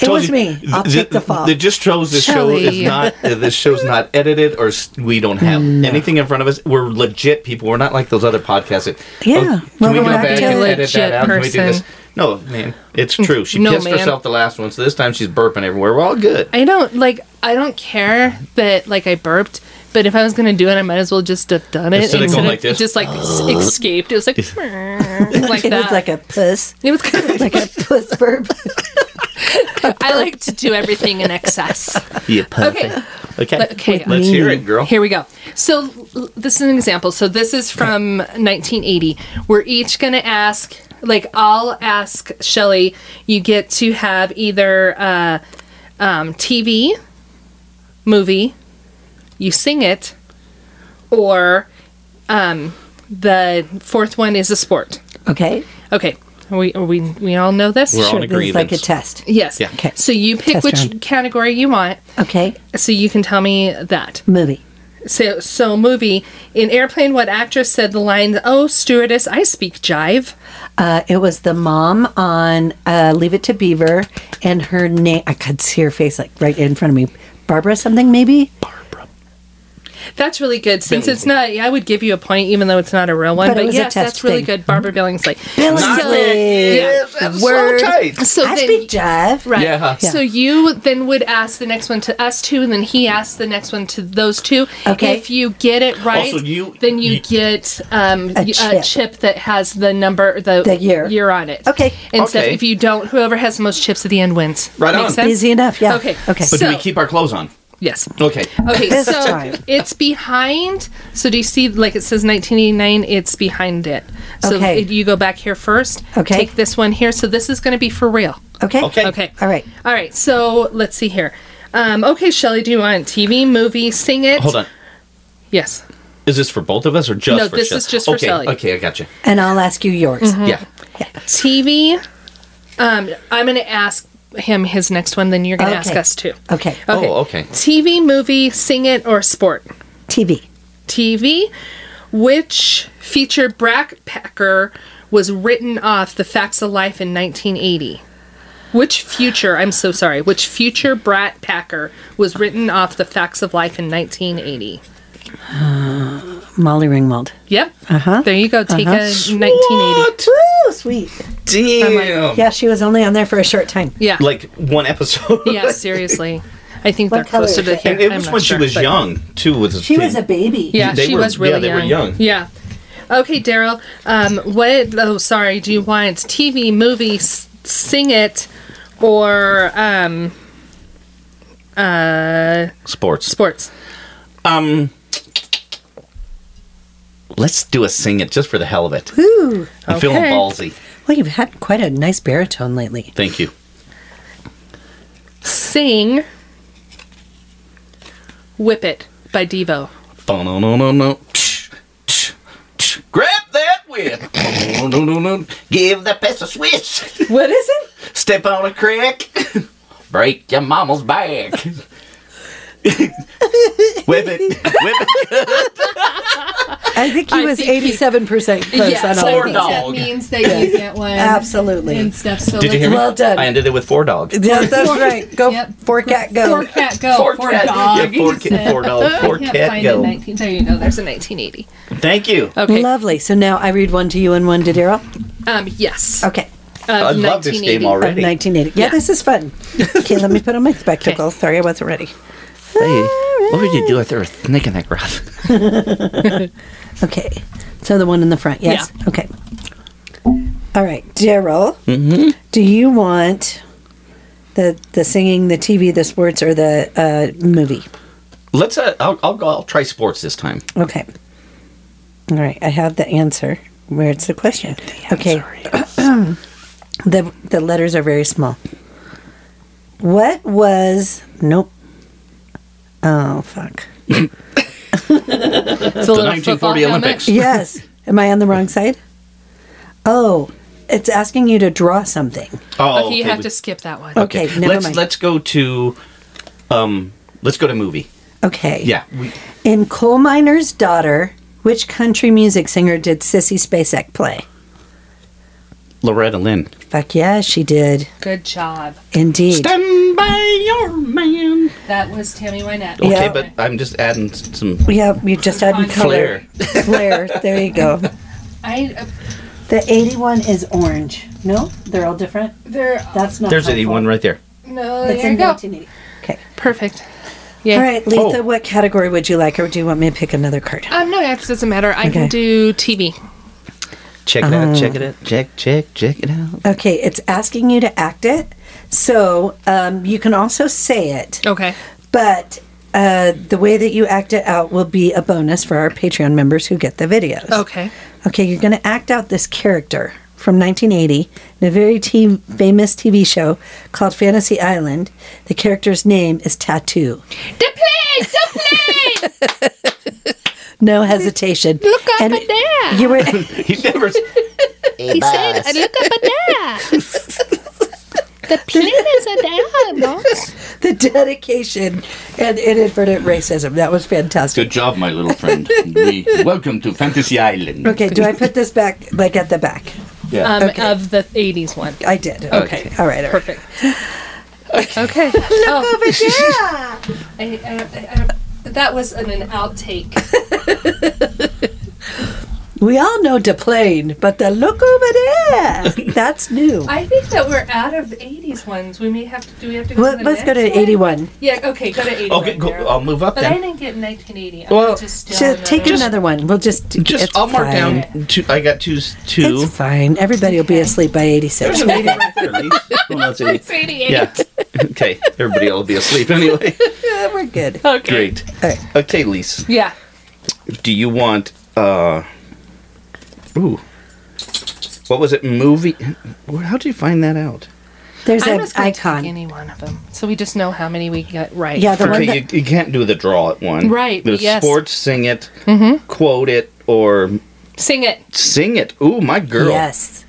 Speaker 4: It
Speaker 5: Told
Speaker 4: was
Speaker 5: you,
Speaker 4: me. I'll
Speaker 5: th-
Speaker 4: take the
Speaker 5: th-
Speaker 4: fall.
Speaker 5: It just shows this show
Speaker 3: Shelly.
Speaker 5: is not. uh, This show's not edited, or s- we don't have
Speaker 4: Mm.
Speaker 5: anything in front of us. We're legit people. We're not like those other podcasts. That, oh,
Speaker 4: Yeah.
Speaker 5: can
Speaker 4: Well,
Speaker 5: we
Speaker 4: we're
Speaker 5: go
Speaker 4: not
Speaker 5: back and
Speaker 4: a
Speaker 5: edit
Speaker 3: legit
Speaker 5: that out? Can we do this?
Speaker 3: person.
Speaker 5: No, man, it's true. She
Speaker 3: No,
Speaker 5: pissed
Speaker 3: man.
Speaker 5: herself the last one, so this time she's burping everywhere. We're all good.
Speaker 3: I don't like. I don't care that like I burped, but if I was gonna do it, I might as well just have done it
Speaker 5: Instead of going like this.
Speaker 3: just like s- escaped. It was like like
Speaker 4: it
Speaker 3: that.
Speaker 4: was like a puss,
Speaker 3: it was kind of
Speaker 4: like a puss burp.
Speaker 3: I like to do everything in excess.
Speaker 5: Yeah,
Speaker 3: Okay.
Speaker 5: Okay,
Speaker 3: Okay,
Speaker 5: let's hear it, girl.
Speaker 3: Here we go. So l- this is an example. So this is from 1980. We're each going to ask, like, I'll ask Shelly, you get to have either uh, um, TV, movie, you sing it, or um, the fourth one is a sport.
Speaker 4: Okay.
Speaker 3: Okay. Are we, are we, we all know this?
Speaker 5: We're all- On a
Speaker 4: this is like a
Speaker 5: grievance.
Speaker 4: test.
Speaker 3: Yes.
Speaker 5: Yeah.
Speaker 4: Okay.
Speaker 3: So you pick
Speaker 4: Test
Speaker 3: which
Speaker 4: round.
Speaker 3: category you want.
Speaker 4: Okay.
Speaker 3: So you can tell me that.
Speaker 4: Movie.
Speaker 3: So, so movie in airplane. What actress said the line? Oh, stewardess, I speak jive.
Speaker 4: Uh, it was the mom on uh, Leave It to Beaver, and her name, I could see her face like right in front of me. Barbara something, maybe?
Speaker 3: That's really good. Since it's not, yeah, I would give you a point, even though it's not a real one.
Speaker 4: But it
Speaker 3: But,
Speaker 4: was a
Speaker 3: yes,
Speaker 4: test
Speaker 3: that's really
Speaker 4: thing.
Speaker 3: good. Barbara Billingsley.
Speaker 4: Billingsley!
Speaker 3: Yeah.
Speaker 5: That's
Speaker 4: Word.
Speaker 5: so tight.
Speaker 3: So
Speaker 4: I
Speaker 3: then,
Speaker 4: speak jive.
Speaker 3: right.
Speaker 5: Yeah.
Speaker 3: So you then would ask the next one to us two, and then he asks the next one to those two.
Speaker 4: Okay.
Speaker 3: If you get it right,
Speaker 5: Also, you-
Speaker 3: then you,
Speaker 5: you-
Speaker 3: get um, y- a, chip.
Speaker 4: chip.
Speaker 3: that has the number, the,
Speaker 4: The year.
Speaker 3: on it.
Speaker 4: Okay.
Speaker 3: And so
Speaker 5: Okay.
Speaker 3: if you don't, whoever has the most chips at the end wins.
Speaker 5: Right
Speaker 3: Make
Speaker 5: on.
Speaker 3: sense?
Speaker 4: Easy enough, yeah.
Speaker 3: Okay.
Speaker 4: Okay.
Speaker 5: But
Speaker 3: So-
Speaker 5: do we keep our clothes on?
Speaker 3: Yes.
Speaker 5: Okay.
Speaker 3: Okay,
Speaker 4: This
Speaker 3: so
Speaker 4: time.
Speaker 3: it's behind. So do you see, like it says 1989, it's behind it. So
Speaker 4: Okay.
Speaker 3: if you go back here first.
Speaker 4: Okay.
Speaker 3: Take this one here. So this is going to be for real.
Speaker 4: okay.
Speaker 5: Okay.
Speaker 3: Okay.
Speaker 4: All right.
Speaker 3: All right. So let's see here. Um, okay, Shelly, do you want TV, movie, sing it?
Speaker 5: Hold on.
Speaker 3: Yes.
Speaker 5: Is this for both of us or just
Speaker 3: No,
Speaker 5: for
Speaker 3: this
Speaker 5: Shel-
Speaker 3: is just for
Speaker 5: okay,
Speaker 3: Shelly. Mm-hmm.
Speaker 5: Okay, I got you.
Speaker 4: And I'll ask you yours.
Speaker 5: Yeah.
Speaker 3: TV. Um, I'm going to ask him his next one, then you're going to ask
Speaker 4: Okay.
Speaker 3: us too.
Speaker 4: Okay.
Speaker 5: Oh, okay.
Speaker 3: TV, movie, sing it, or sport?
Speaker 4: TV.
Speaker 3: TV, which featured Brack Packer, was written off the facts of life in 1980. Which future, I'm so sorry, which future Brat Packer was written off the facts of life in 1980?
Speaker 4: Molly Ringwald.
Speaker 3: Yep. Uh-huh. There you go. Take a 1980.
Speaker 4: Woo, sweet.
Speaker 5: Damn.
Speaker 4: Yeah, she was only on there for a short time.
Speaker 3: Yeah.
Speaker 5: Like one episode.
Speaker 3: Yeah, seriously. I think
Speaker 4: What
Speaker 3: they're
Speaker 4: color
Speaker 3: close to
Speaker 4: is
Speaker 3: the
Speaker 4: it?
Speaker 5: And it was
Speaker 3: I'm not
Speaker 5: when
Speaker 3: sure,
Speaker 5: she was
Speaker 3: but-
Speaker 5: young too. Was the
Speaker 4: She was a
Speaker 5: thing.
Speaker 4: baby.
Speaker 3: Yeah,
Speaker 5: They
Speaker 3: she
Speaker 5: were-
Speaker 3: was
Speaker 5: yeah,
Speaker 3: really
Speaker 5: they
Speaker 3: young.
Speaker 5: were young.
Speaker 3: Yeah. Okay, Daryl. Um, what? Oh, sorry. Do you want TV, movie, s- sing it, or um,
Speaker 5: sports.
Speaker 3: sports?
Speaker 5: Um, let's do a sing it just for the hell of it.
Speaker 4: Ooh.
Speaker 5: I'm feeling
Speaker 3: Okay.
Speaker 5: ballsy.
Speaker 4: Well, you've had quite a nice baritone lately.
Speaker 5: Thank you.
Speaker 3: Sing. Whip it by Devo.
Speaker 5: Ba-no-no-no-no. Grab that whip. Ba-no-no-no-no. Give the piss a switch.
Speaker 4: What is it?
Speaker 5: Step on a crack. Break your mama's back. whip it. Whip it.
Speaker 4: I think he
Speaker 3: I
Speaker 4: was
Speaker 3: think he-
Speaker 4: eighty-seven percent close on all.
Speaker 5: I think
Speaker 4: of these.
Speaker 5: that dog.
Speaker 3: means that you get one
Speaker 4: Absolutely.
Speaker 3: stuff. So
Speaker 5: Did you hear me?
Speaker 4: Well done.
Speaker 5: I ended it with four dogs.
Speaker 4: Yeah, that's right. Go
Speaker 3: Yep.
Speaker 4: four cat go.
Speaker 3: cat go.
Speaker 5: cat. Yeah, four, cat, four dog. Four cat go.
Speaker 3: there you go. There's a 1980.
Speaker 5: Thank you.
Speaker 3: Okay.
Speaker 4: Lovely. So now I read one to you and one to Daryl.
Speaker 3: Um. Yes.
Speaker 4: Okay.
Speaker 5: I love this game
Speaker 4: Of
Speaker 5: already.
Speaker 4: 1980. Yeah, this is fun. okay, let me put on my spectacles. Sorry, I wasn't ready.
Speaker 5: Hey, what would you do if there was a snake in that grass?
Speaker 4: Okay. So the one in the front, yes?
Speaker 3: Yeah.
Speaker 4: Okay. All right, Daryl, do you want the the singing, the TV, the sports, or the uh, movie?
Speaker 5: Let's. Uh, I'll, I'll go. I'll try sports this time.
Speaker 4: Okay. All right, I have the answer. Where's the question? okay. the the letters are very small. What was nope. Oh fuck.
Speaker 3: It's a
Speaker 5: The
Speaker 3: little
Speaker 5: 1940
Speaker 3: football
Speaker 5: Olympics.
Speaker 3: helmet.
Speaker 4: Yes. Am I on the wrong side? Oh, it's asking you to draw something.
Speaker 5: Oh,
Speaker 3: okay, you have
Speaker 5: we-
Speaker 3: to skip that one.
Speaker 4: Okay, never
Speaker 5: let's
Speaker 4: mind.
Speaker 5: let's go to. Um, let's go to movie.
Speaker 4: Okay.
Speaker 5: Yeah, we,
Speaker 4: In Coal Miner's Daughter, which country music singer did Sissy Spacek play?
Speaker 5: Loretta Lynn.
Speaker 4: Fuck yeah, she did.
Speaker 3: Good job.
Speaker 4: Indeed.
Speaker 5: Stand by your man.
Speaker 3: That was Tammy Wynette.
Speaker 5: Okay,
Speaker 4: Yeah.
Speaker 5: but I'm just adding s- some
Speaker 4: Yeah, we just added color.
Speaker 5: flair.
Speaker 4: Flair. There you go.
Speaker 3: I uh,
Speaker 4: The 81 is orange. No, they're all different.
Speaker 3: there. uh,
Speaker 4: That's not.
Speaker 5: There's
Speaker 4: helpful.
Speaker 5: anyone right there.
Speaker 3: No,
Speaker 4: That's
Speaker 3: there you
Speaker 4: in
Speaker 3: go.
Speaker 4: 1980.
Speaker 3: Perfect. Yeah.
Speaker 4: All right, Letha,
Speaker 5: Oh.
Speaker 4: what category would you like, or do you want me to pick another card?
Speaker 3: Um, no, it doesn't matter. I
Speaker 4: Okay.
Speaker 3: can do TV.
Speaker 5: Check it out. Check it out. Check check check it out.
Speaker 4: Okay, it's asking you to act it. So um, you can also say it,
Speaker 3: Okay.
Speaker 4: but uh, the way that you act it out will be a bonus for our Patreon members who get the videos.
Speaker 3: Okay.
Speaker 4: Okay, you're going to act out this character from 1980 in a very t- famous TV show called Fantasy Island. The character's name is Tattoo.
Speaker 3: The plane! The plane!
Speaker 4: No hesitation.
Speaker 3: Look up
Speaker 4: and
Speaker 3: at that.
Speaker 4: You were
Speaker 5: He never. s-
Speaker 3: he said, "I look up at that. the plane is a dad, boss.
Speaker 4: the dedication and inadvertent racism. That was fantastic.
Speaker 5: Good job, my little friend. we welcome to Fantasy Island.
Speaker 4: Okay, do I put this back like at the back?
Speaker 5: Yeah.
Speaker 3: Um, Of the 80s one.
Speaker 4: I did. Okay. All right. All right.
Speaker 3: Perfect. Okay. Oh, I, I, I, that was an, an outtake.
Speaker 4: We all know to plane, but the look over there. That's new.
Speaker 3: I think that we're out of 80s ones. We may have to. Do we have to go
Speaker 4: Well,
Speaker 3: to the
Speaker 4: let's go
Speaker 3: next
Speaker 4: to
Speaker 3: one?
Speaker 4: 81.
Speaker 3: Yeah, okay, go to 81.
Speaker 5: Okay, go,
Speaker 3: Daryl.
Speaker 5: I'll move up
Speaker 3: But I
Speaker 5: then.
Speaker 3: didn't get 1980.
Speaker 5: Well,
Speaker 3: I'm just still
Speaker 4: Just take
Speaker 3: another-
Speaker 4: another one. We'll just
Speaker 5: Just
Speaker 4: it's
Speaker 5: I'll mark
Speaker 4: fine.
Speaker 5: down two. I got two s- two.
Speaker 4: It's fine. Everybody will be asleep by 86.
Speaker 5: There's an 80 right there, Lee. Well, that's 80.
Speaker 3: It's 88.
Speaker 5: Yeah. Okay. Everybody will be asleep anyway.
Speaker 4: Yeah, We're good.
Speaker 3: Okay.
Speaker 5: Great.
Speaker 4: Alright.
Speaker 5: Okay, Lise.
Speaker 3: Yeah.
Speaker 5: Do you want uh Ooh. What was it? Movie Where- how'd you find that out?
Speaker 4: There's
Speaker 3: I'm
Speaker 4: an
Speaker 3: just going to take
Speaker 4: icon.
Speaker 3: any one of them. So we just know how many we get right.
Speaker 4: Yeah, the
Speaker 3: first.
Speaker 4: one
Speaker 5: Okay,
Speaker 4: that,
Speaker 5: you, you can't do the draw at one.
Speaker 3: Right,
Speaker 5: The
Speaker 3: yes.
Speaker 5: sports, sing it,
Speaker 4: Mm-hmm.
Speaker 5: quote it, or
Speaker 3: Sing it.
Speaker 5: sing it. Ooh, my girl.
Speaker 4: yes.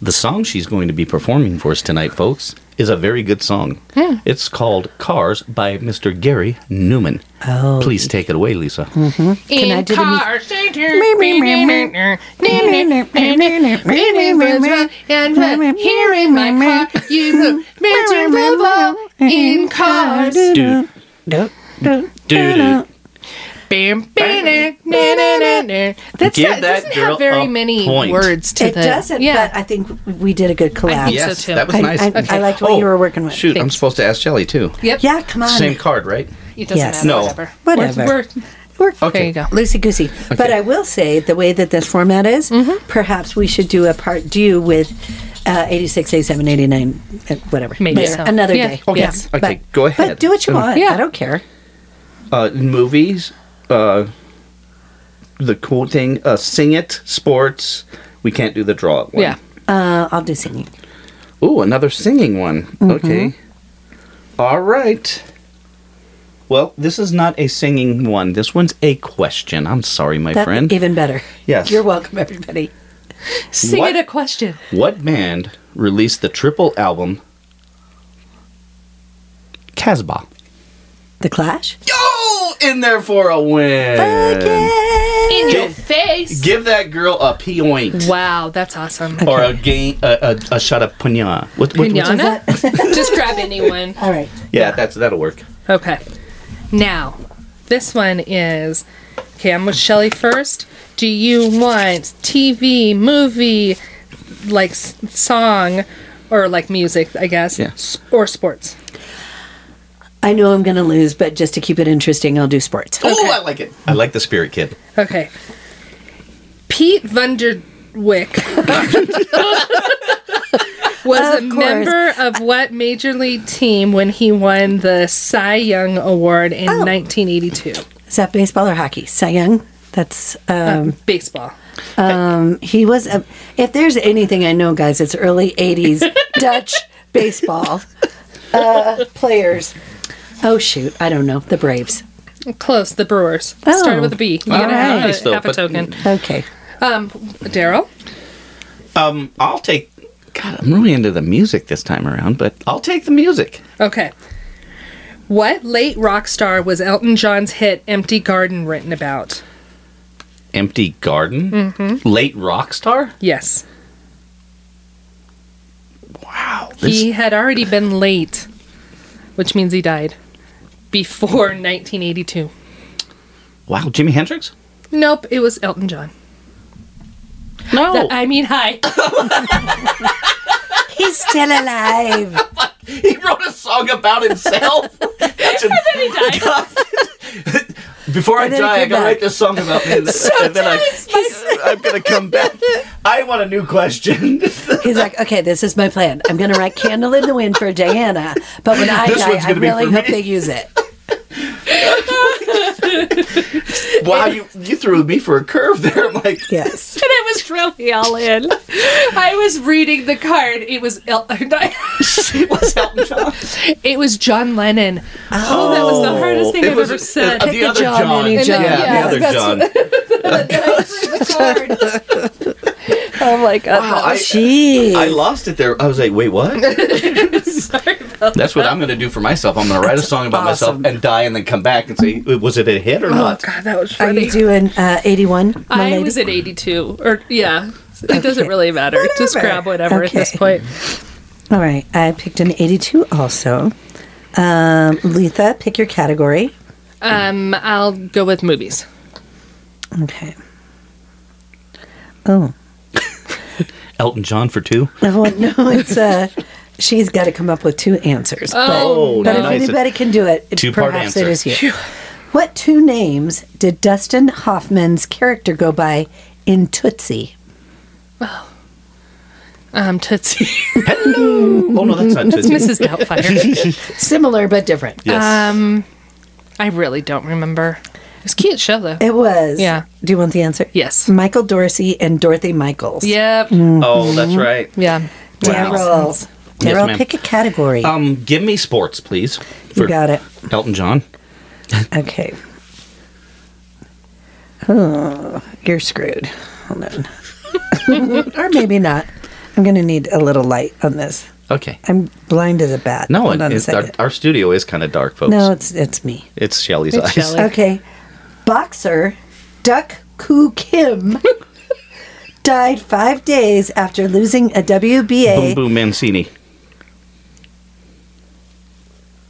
Speaker 5: The song she's going to be performing for us tonight, folks, is a very good song.
Speaker 4: Hmm.
Speaker 5: It's called Cars by Mr. Gary Newman. Oh. Please take it away, Lisa.
Speaker 3: In
Speaker 4: I do the mu-
Speaker 3: cars, and here in my car, you look miserable in cars.
Speaker 5: Dude.
Speaker 4: Nope. Nope.
Speaker 5: Dude.
Speaker 3: Bam, bam, na, na, na, na, na. That's
Speaker 5: Give
Speaker 3: not,
Speaker 5: that
Speaker 3: doesn't
Speaker 5: girl
Speaker 3: have very
Speaker 5: a
Speaker 3: many
Speaker 5: point.
Speaker 3: words to
Speaker 4: It
Speaker 3: the-
Speaker 4: doesn't,
Speaker 3: Yeah.
Speaker 4: but I think we did a good collab.
Speaker 3: think so.
Speaker 5: Yes,
Speaker 3: too.
Speaker 5: that was
Speaker 4: I-
Speaker 5: nice. Oh.
Speaker 4: I- I Okay. liked what you were working with.
Speaker 5: Shoot, I'm
Speaker 3: Thanks.
Speaker 5: supposed to ask Shelly too.
Speaker 3: yep.
Speaker 4: Yeah, come on.
Speaker 5: Same card, right?
Speaker 3: It doesn't
Speaker 4: Yes.
Speaker 3: matter.
Speaker 5: No.
Speaker 3: Whatever.
Speaker 4: Whatever.
Speaker 3: We're-
Speaker 4: We're
Speaker 3: There you go.
Speaker 4: loosey goosey. But I will say the way that this format is,
Speaker 3: Mm-hmm.
Speaker 4: perhaps we should do a part due with uh, 86, 87, 89, uh, whatever.
Speaker 3: Maybe
Speaker 4: Later,
Speaker 3: so.
Speaker 4: Another
Speaker 3: Yeah. Oh,
Speaker 4: day.
Speaker 5: Okay.
Speaker 4: Yes.
Speaker 5: Okay, go ahead.
Speaker 4: But do what you
Speaker 5: Um,
Speaker 4: want.
Speaker 3: Yeah.
Speaker 4: I don't care.
Speaker 5: Uh, movies, uh, the cool thing, uh, sing it, sports. We can't do the draw it one.
Speaker 3: Yeah.
Speaker 4: Uh, I'll do singing.
Speaker 5: Ooh, another singing one. Okay. All right. Well, this is not a singing one. This one's a question. I'm sorry, my
Speaker 4: That's
Speaker 5: friend.
Speaker 4: even better.
Speaker 5: Yes.
Speaker 4: You're welcome, everybody.
Speaker 3: Sing
Speaker 5: What?
Speaker 3: it a question.
Speaker 5: What band released the triple album Casbah?
Speaker 4: The Clash?
Speaker 5: Yo! In there for a win.
Speaker 3: In
Speaker 5: Gi-
Speaker 3: your face.
Speaker 5: Give that girl a point.
Speaker 3: Wow, that's awesome.
Speaker 5: Or a game, a, a, a shot of pinata. What, what- what's that?
Speaker 3: Pinata? Just grab anyone.
Speaker 4: All right.
Speaker 5: Yeah, that's that'll work.
Speaker 3: Okay. Now, this one is okay. I'm with Shelly first. Do you want TV, movie, like s- song, or like music? I guess.
Speaker 5: Yeah.
Speaker 3: S- Or sports.
Speaker 4: I know I'm going to lose, but just to keep it interesting, I'll do sports.
Speaker 5: Oh, I like it. I like the Spirit Kid.
Speaker 3: Okay. Pete Vanderwick was
Speaker 4: Of
Speaker 3: a
Speaker 4: course.
Speaker 3: member of what major league team when he won the Cy Young Award in
Speaker 4: Oh.
Speaker 3: 1982?
Speaker 4: Is that baseball or hockey? Cy Young? That's
Speaker 3: Uh,
Speaker 4: um,
Speaker 3: Baseball.
Speaker 4: He was a, if there's anything I know, guys, it's early '80s Dutch baseball uh, players. Oh shoot, I don't know the Braves.
Speaker 3: Close. The Brewers. Started with a B. You gotta have,
Speaker 5: Oh, Nice,
Speaker 3: a,
Speaker 5: though,
Speaker 3: Uh, half a
Speaker 5: but-
Speaker 3: token.
Speaker 4: Okay,
Speaker 3: Um, Daryl.
Speaker 5: Um, I'll take. God, I'm really into the music this time around, but I'll take the music.
Speaker 3: Okay. What late rock star was Elton John's hit "Empty Garden" written about?
Speaker 5: Empty Garden, late rock star.
Speaker 3: Yes,
Speaker 5: Wow,
Speaker 3: he had already been late, which means he died before 1982.
Speaker 5: wow, Jimi Hendrix.
Speaker 3: Nope, it was Elton John.
Speaker 5: No,
Speaker 3: That- I mean, hi.
Speaker 4: he's still alive.
Speaker 5: he wrote a song about himself. That's a- God. Before I
Speaker 4: then he
Speaker 5: die, I
Speaker 4: came
Speaker 5: gotta
Speaker 4: back.
Speaker 5: write this song about me, and, and then I, I'm gonna come back. I want a new question. this
Speaker 4: He's like, okay, this is my plan. I'm gonna write "Candle in the Wind" for Diana, but when I
Speaker 5: This
Speaker 4: die,
Speaker 5: one's
Speaker 4: I
Speaker 5: gonna be
Speaker 4: really
Speaker 5: for
Speaker 4: hope
Speaker 5: me.
Speaker 4: they use it.
Speaker 5: wow, you you threw me for a curve there. I'm like,
Speaker 4: Yes,
Speaker 3: and I was really all in. I was reading the card. It was El-
Speaker 5: it was Elton John.
Speaker 3: it was John Lennon. Oh, that was the hardest thing
Speaker 5: It
Speaker 3: I've
Speaker 5: was-
Speaker 3: ever said.
Speaker 5: uh,
Speaker 4: Pick
Speaker 5: the
Speaker 4: a
Speaker 5: other
Speaker 4: John,
Speaker 5: John.
Speaker 4: any
Speaker 5: Yeah,
Speaker 4: John.
Speaker 5: the
Speaker 3: Yeah,
Speaker 5: other
Speaker 4: that's-
Speaker 5: John.
Speaker 3: Oh my god.
Speaker 5: Wow, I,
Speaker 4: Jeez.
Speaker 5: I lost it there. I was like, wait, what? That's what I'm going to do for myself. I'm going to write a song about
Speaker 4: awesome.
Speaker 5: myself and die and then come back and say, was it a hit or not?
Speaker 3: God, that was
Speaker 4: Are
Speaker 3: funny.
Speaker 4: you doing uh, 81? my
Speaker 3: I
Speaker 4: lady?
Speaker 3: was at 82, or yeah, it doesn't really matter. Just
Speaker 4: Whatever.
Speaker 3: grab whatever at this
Speaker 4: Okay.
Speaker 3: point.
Speaker 4: All right, I picked an 82 also. Um, Letha, pick your category.
Speaker 3: Um, I'll go with movies.
Speaker 4: Okay. Oh.
Speaker 5: Elton John for two?
Speaker 4: No, no, it's uh she's got to come up with two answers.
Speaker 5: Oh,
Speaker 4: but but
Speaker 5: nice.
Speaker 4: if anybody can do it, it's
Speaker 5: Two-part
Speaker 4: perhaps
Speaker 5: answer.
Speaker 4: it is you. What two names did Dustin Hoffman's character go by in Tootsie?
Speaker 3: Um, Tootsie,
Speaker 5: Hello. Oh, no, that's not Tootsie.
Speaker 3: Mrs. Doubtfire.
Speaker 4: Similar but different. Uh,
Speaker 5: Yes.
Speaker 3: Um, I really don't remember. It was a cute show though.
Speaker 4: It was.
Speaker 3: Yeah.
Speaker 4: Do you want the answer?
Speaker 3: Yes.
Speaker 4: Michael Dorsey and Dorothy Michaels.
Speaker 3: Yep.
Speaker 5: oh, that's right.
Speaker 3: Yeah.
Speaker 4: Daryl.
Speaker 5: Yes,
Speaker 4: Daryl,
Speaker 5: ma'am.
Speaker 4: pick a category.
Speaker 5: Um, give me sports, please.
Speaker 4: you got it.
Speaker 5: Elton John.
Speaker 4: Okay. Oh, you're screwed. Hold on. or maybe not. I'm going to need a little light on this.
Speaker 5: Okay.
Speaker 4: I'm blind as a bat.
Speaker 5: No,
Speaker 4: Hold
Speaker 5: it,
Speaker 4: on a
Speaker 5: it's, our,
Speaker 4: second.
Speaker 5: our studio is kind of dark, folks.
Speaker 4: no, it's it's me.
Speaker 5: it's Shelly's
Speaker 3: It's
Speaker 5: eyes.
Speaker 3: Shelley.
Speaker 4: Okay. Boxer Duck Koo Kim died five days after losing a
Speaker 5: Boom
Speaker 4: WBA.
Speaker 5: Boom Mancini.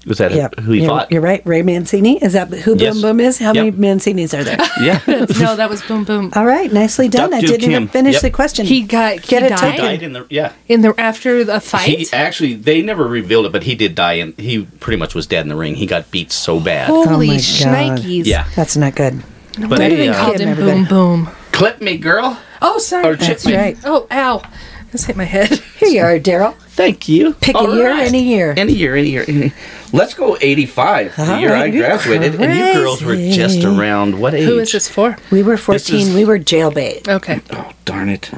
Speaker 5: Was that
Speaker 4: Yep.
Speaker 5: who he
Speaker 4: you're,
Speaker 5: fought?
Speaker 4: You're right. Ray Mancini. Is that who
Speaker 5: Yes.
Speaker 4: Boom Boom is? How many
Speaker 5: Yep.
Speaker 4: Mancinis are there?
Speaker 5: Yeah.
Speaker 3: no, that was boom boom.
Speaker 4: All right. Nicely done.
Speaker 5: Duck
Speaker 4: I
Speaker 5: Koo
Speaker 4: didn't even
Speaker 5: Kim.
Speaker 4: finish
Speaker 5: Yep.
Speaker 4: the question.
Speaker 3: He got
Speaker 4: Get
Speaker 3: he
Speaker 4: it
Speaker 3: died
Speaker 4: taken.
Speaker 5: died in the yeah.
Speaker 3: in the after
Speaker 5: He
Speaker 3: the fight.
Speaker 5: actually they never revealed it, but he did die, and he pretty much was dead in the ring. He got beat so bad.
Speaker 4: Oh
Speaker 3: Holy
Speaker 4: my God.
Speaker 3: shnikes!
Speaker 5: Yeah.
Speaker 4: That's not good.
Speaker 3: no
Speaker 5: But
Speaker 3: wonder
Speaker 5: hey,
Speaker 3: they
Speaker 5: uh,
Speaker 3: called him
Speaker 4: Kim, everybody.
Speaker 3: boom boom.
Speaker 5: Clip me, girl.
Speaker 3: Oh,
Speaker 5: Or
Speaker 3: sorry.
Speaker 5: That's
Speaker 4: chip me. right.
Speaker 3: Oh, ow! This hit my head.
Speaker 4: Here you are, Daryl.
Speaker 5: Thank you.
Speaker 4: Pick a year, any year.
Speaker 5: Any year, any year, any. Let's go eighty-five. The
Speaker 4: All
Speaker 5: year I
Speaker 4: right, you're
Speaker 5: graduated, and you girls were just
Speaker 4: crazy.
Speaker 5: around what age?
Speaker 3: Who is this for?
Speaker 4: We were
Speaker 5: This
Speaker 4: 14.
Speaker 5: is-
Speaker 4: We were jailbait.
Speaker 3: Okay.
Speaker 5: Oh darn it.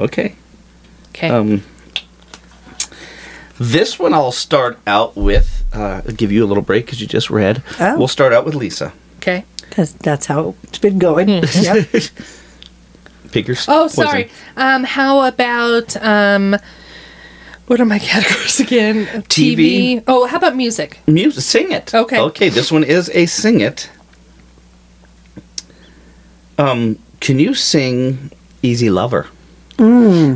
Speaker 5: Okay.
Speaker 3: Okay.
Speaker 5: Um, this one I'll start out with. Uh, give you a little break because you just read.
Speaker 4: Oh.
Speaker 5: We'll start out with Lisa.
Speaker 3: okay.
Speaker 4: Because that's how it's been going. yep.
Speaker 5: Pick your. s-
Speaker 3: Oh,
Speaker 5: poison.
Speaker 3: sorry. Um, how about um, what are my categories again?
Speaker 5: TV.
Speaker 3: Oh, how about music?
Speaker 5: Music, sing it.
Speaker 3: Okay.
Speaker 5: Okay. This one is a sing it. Um, can you sing "Easy Lover"?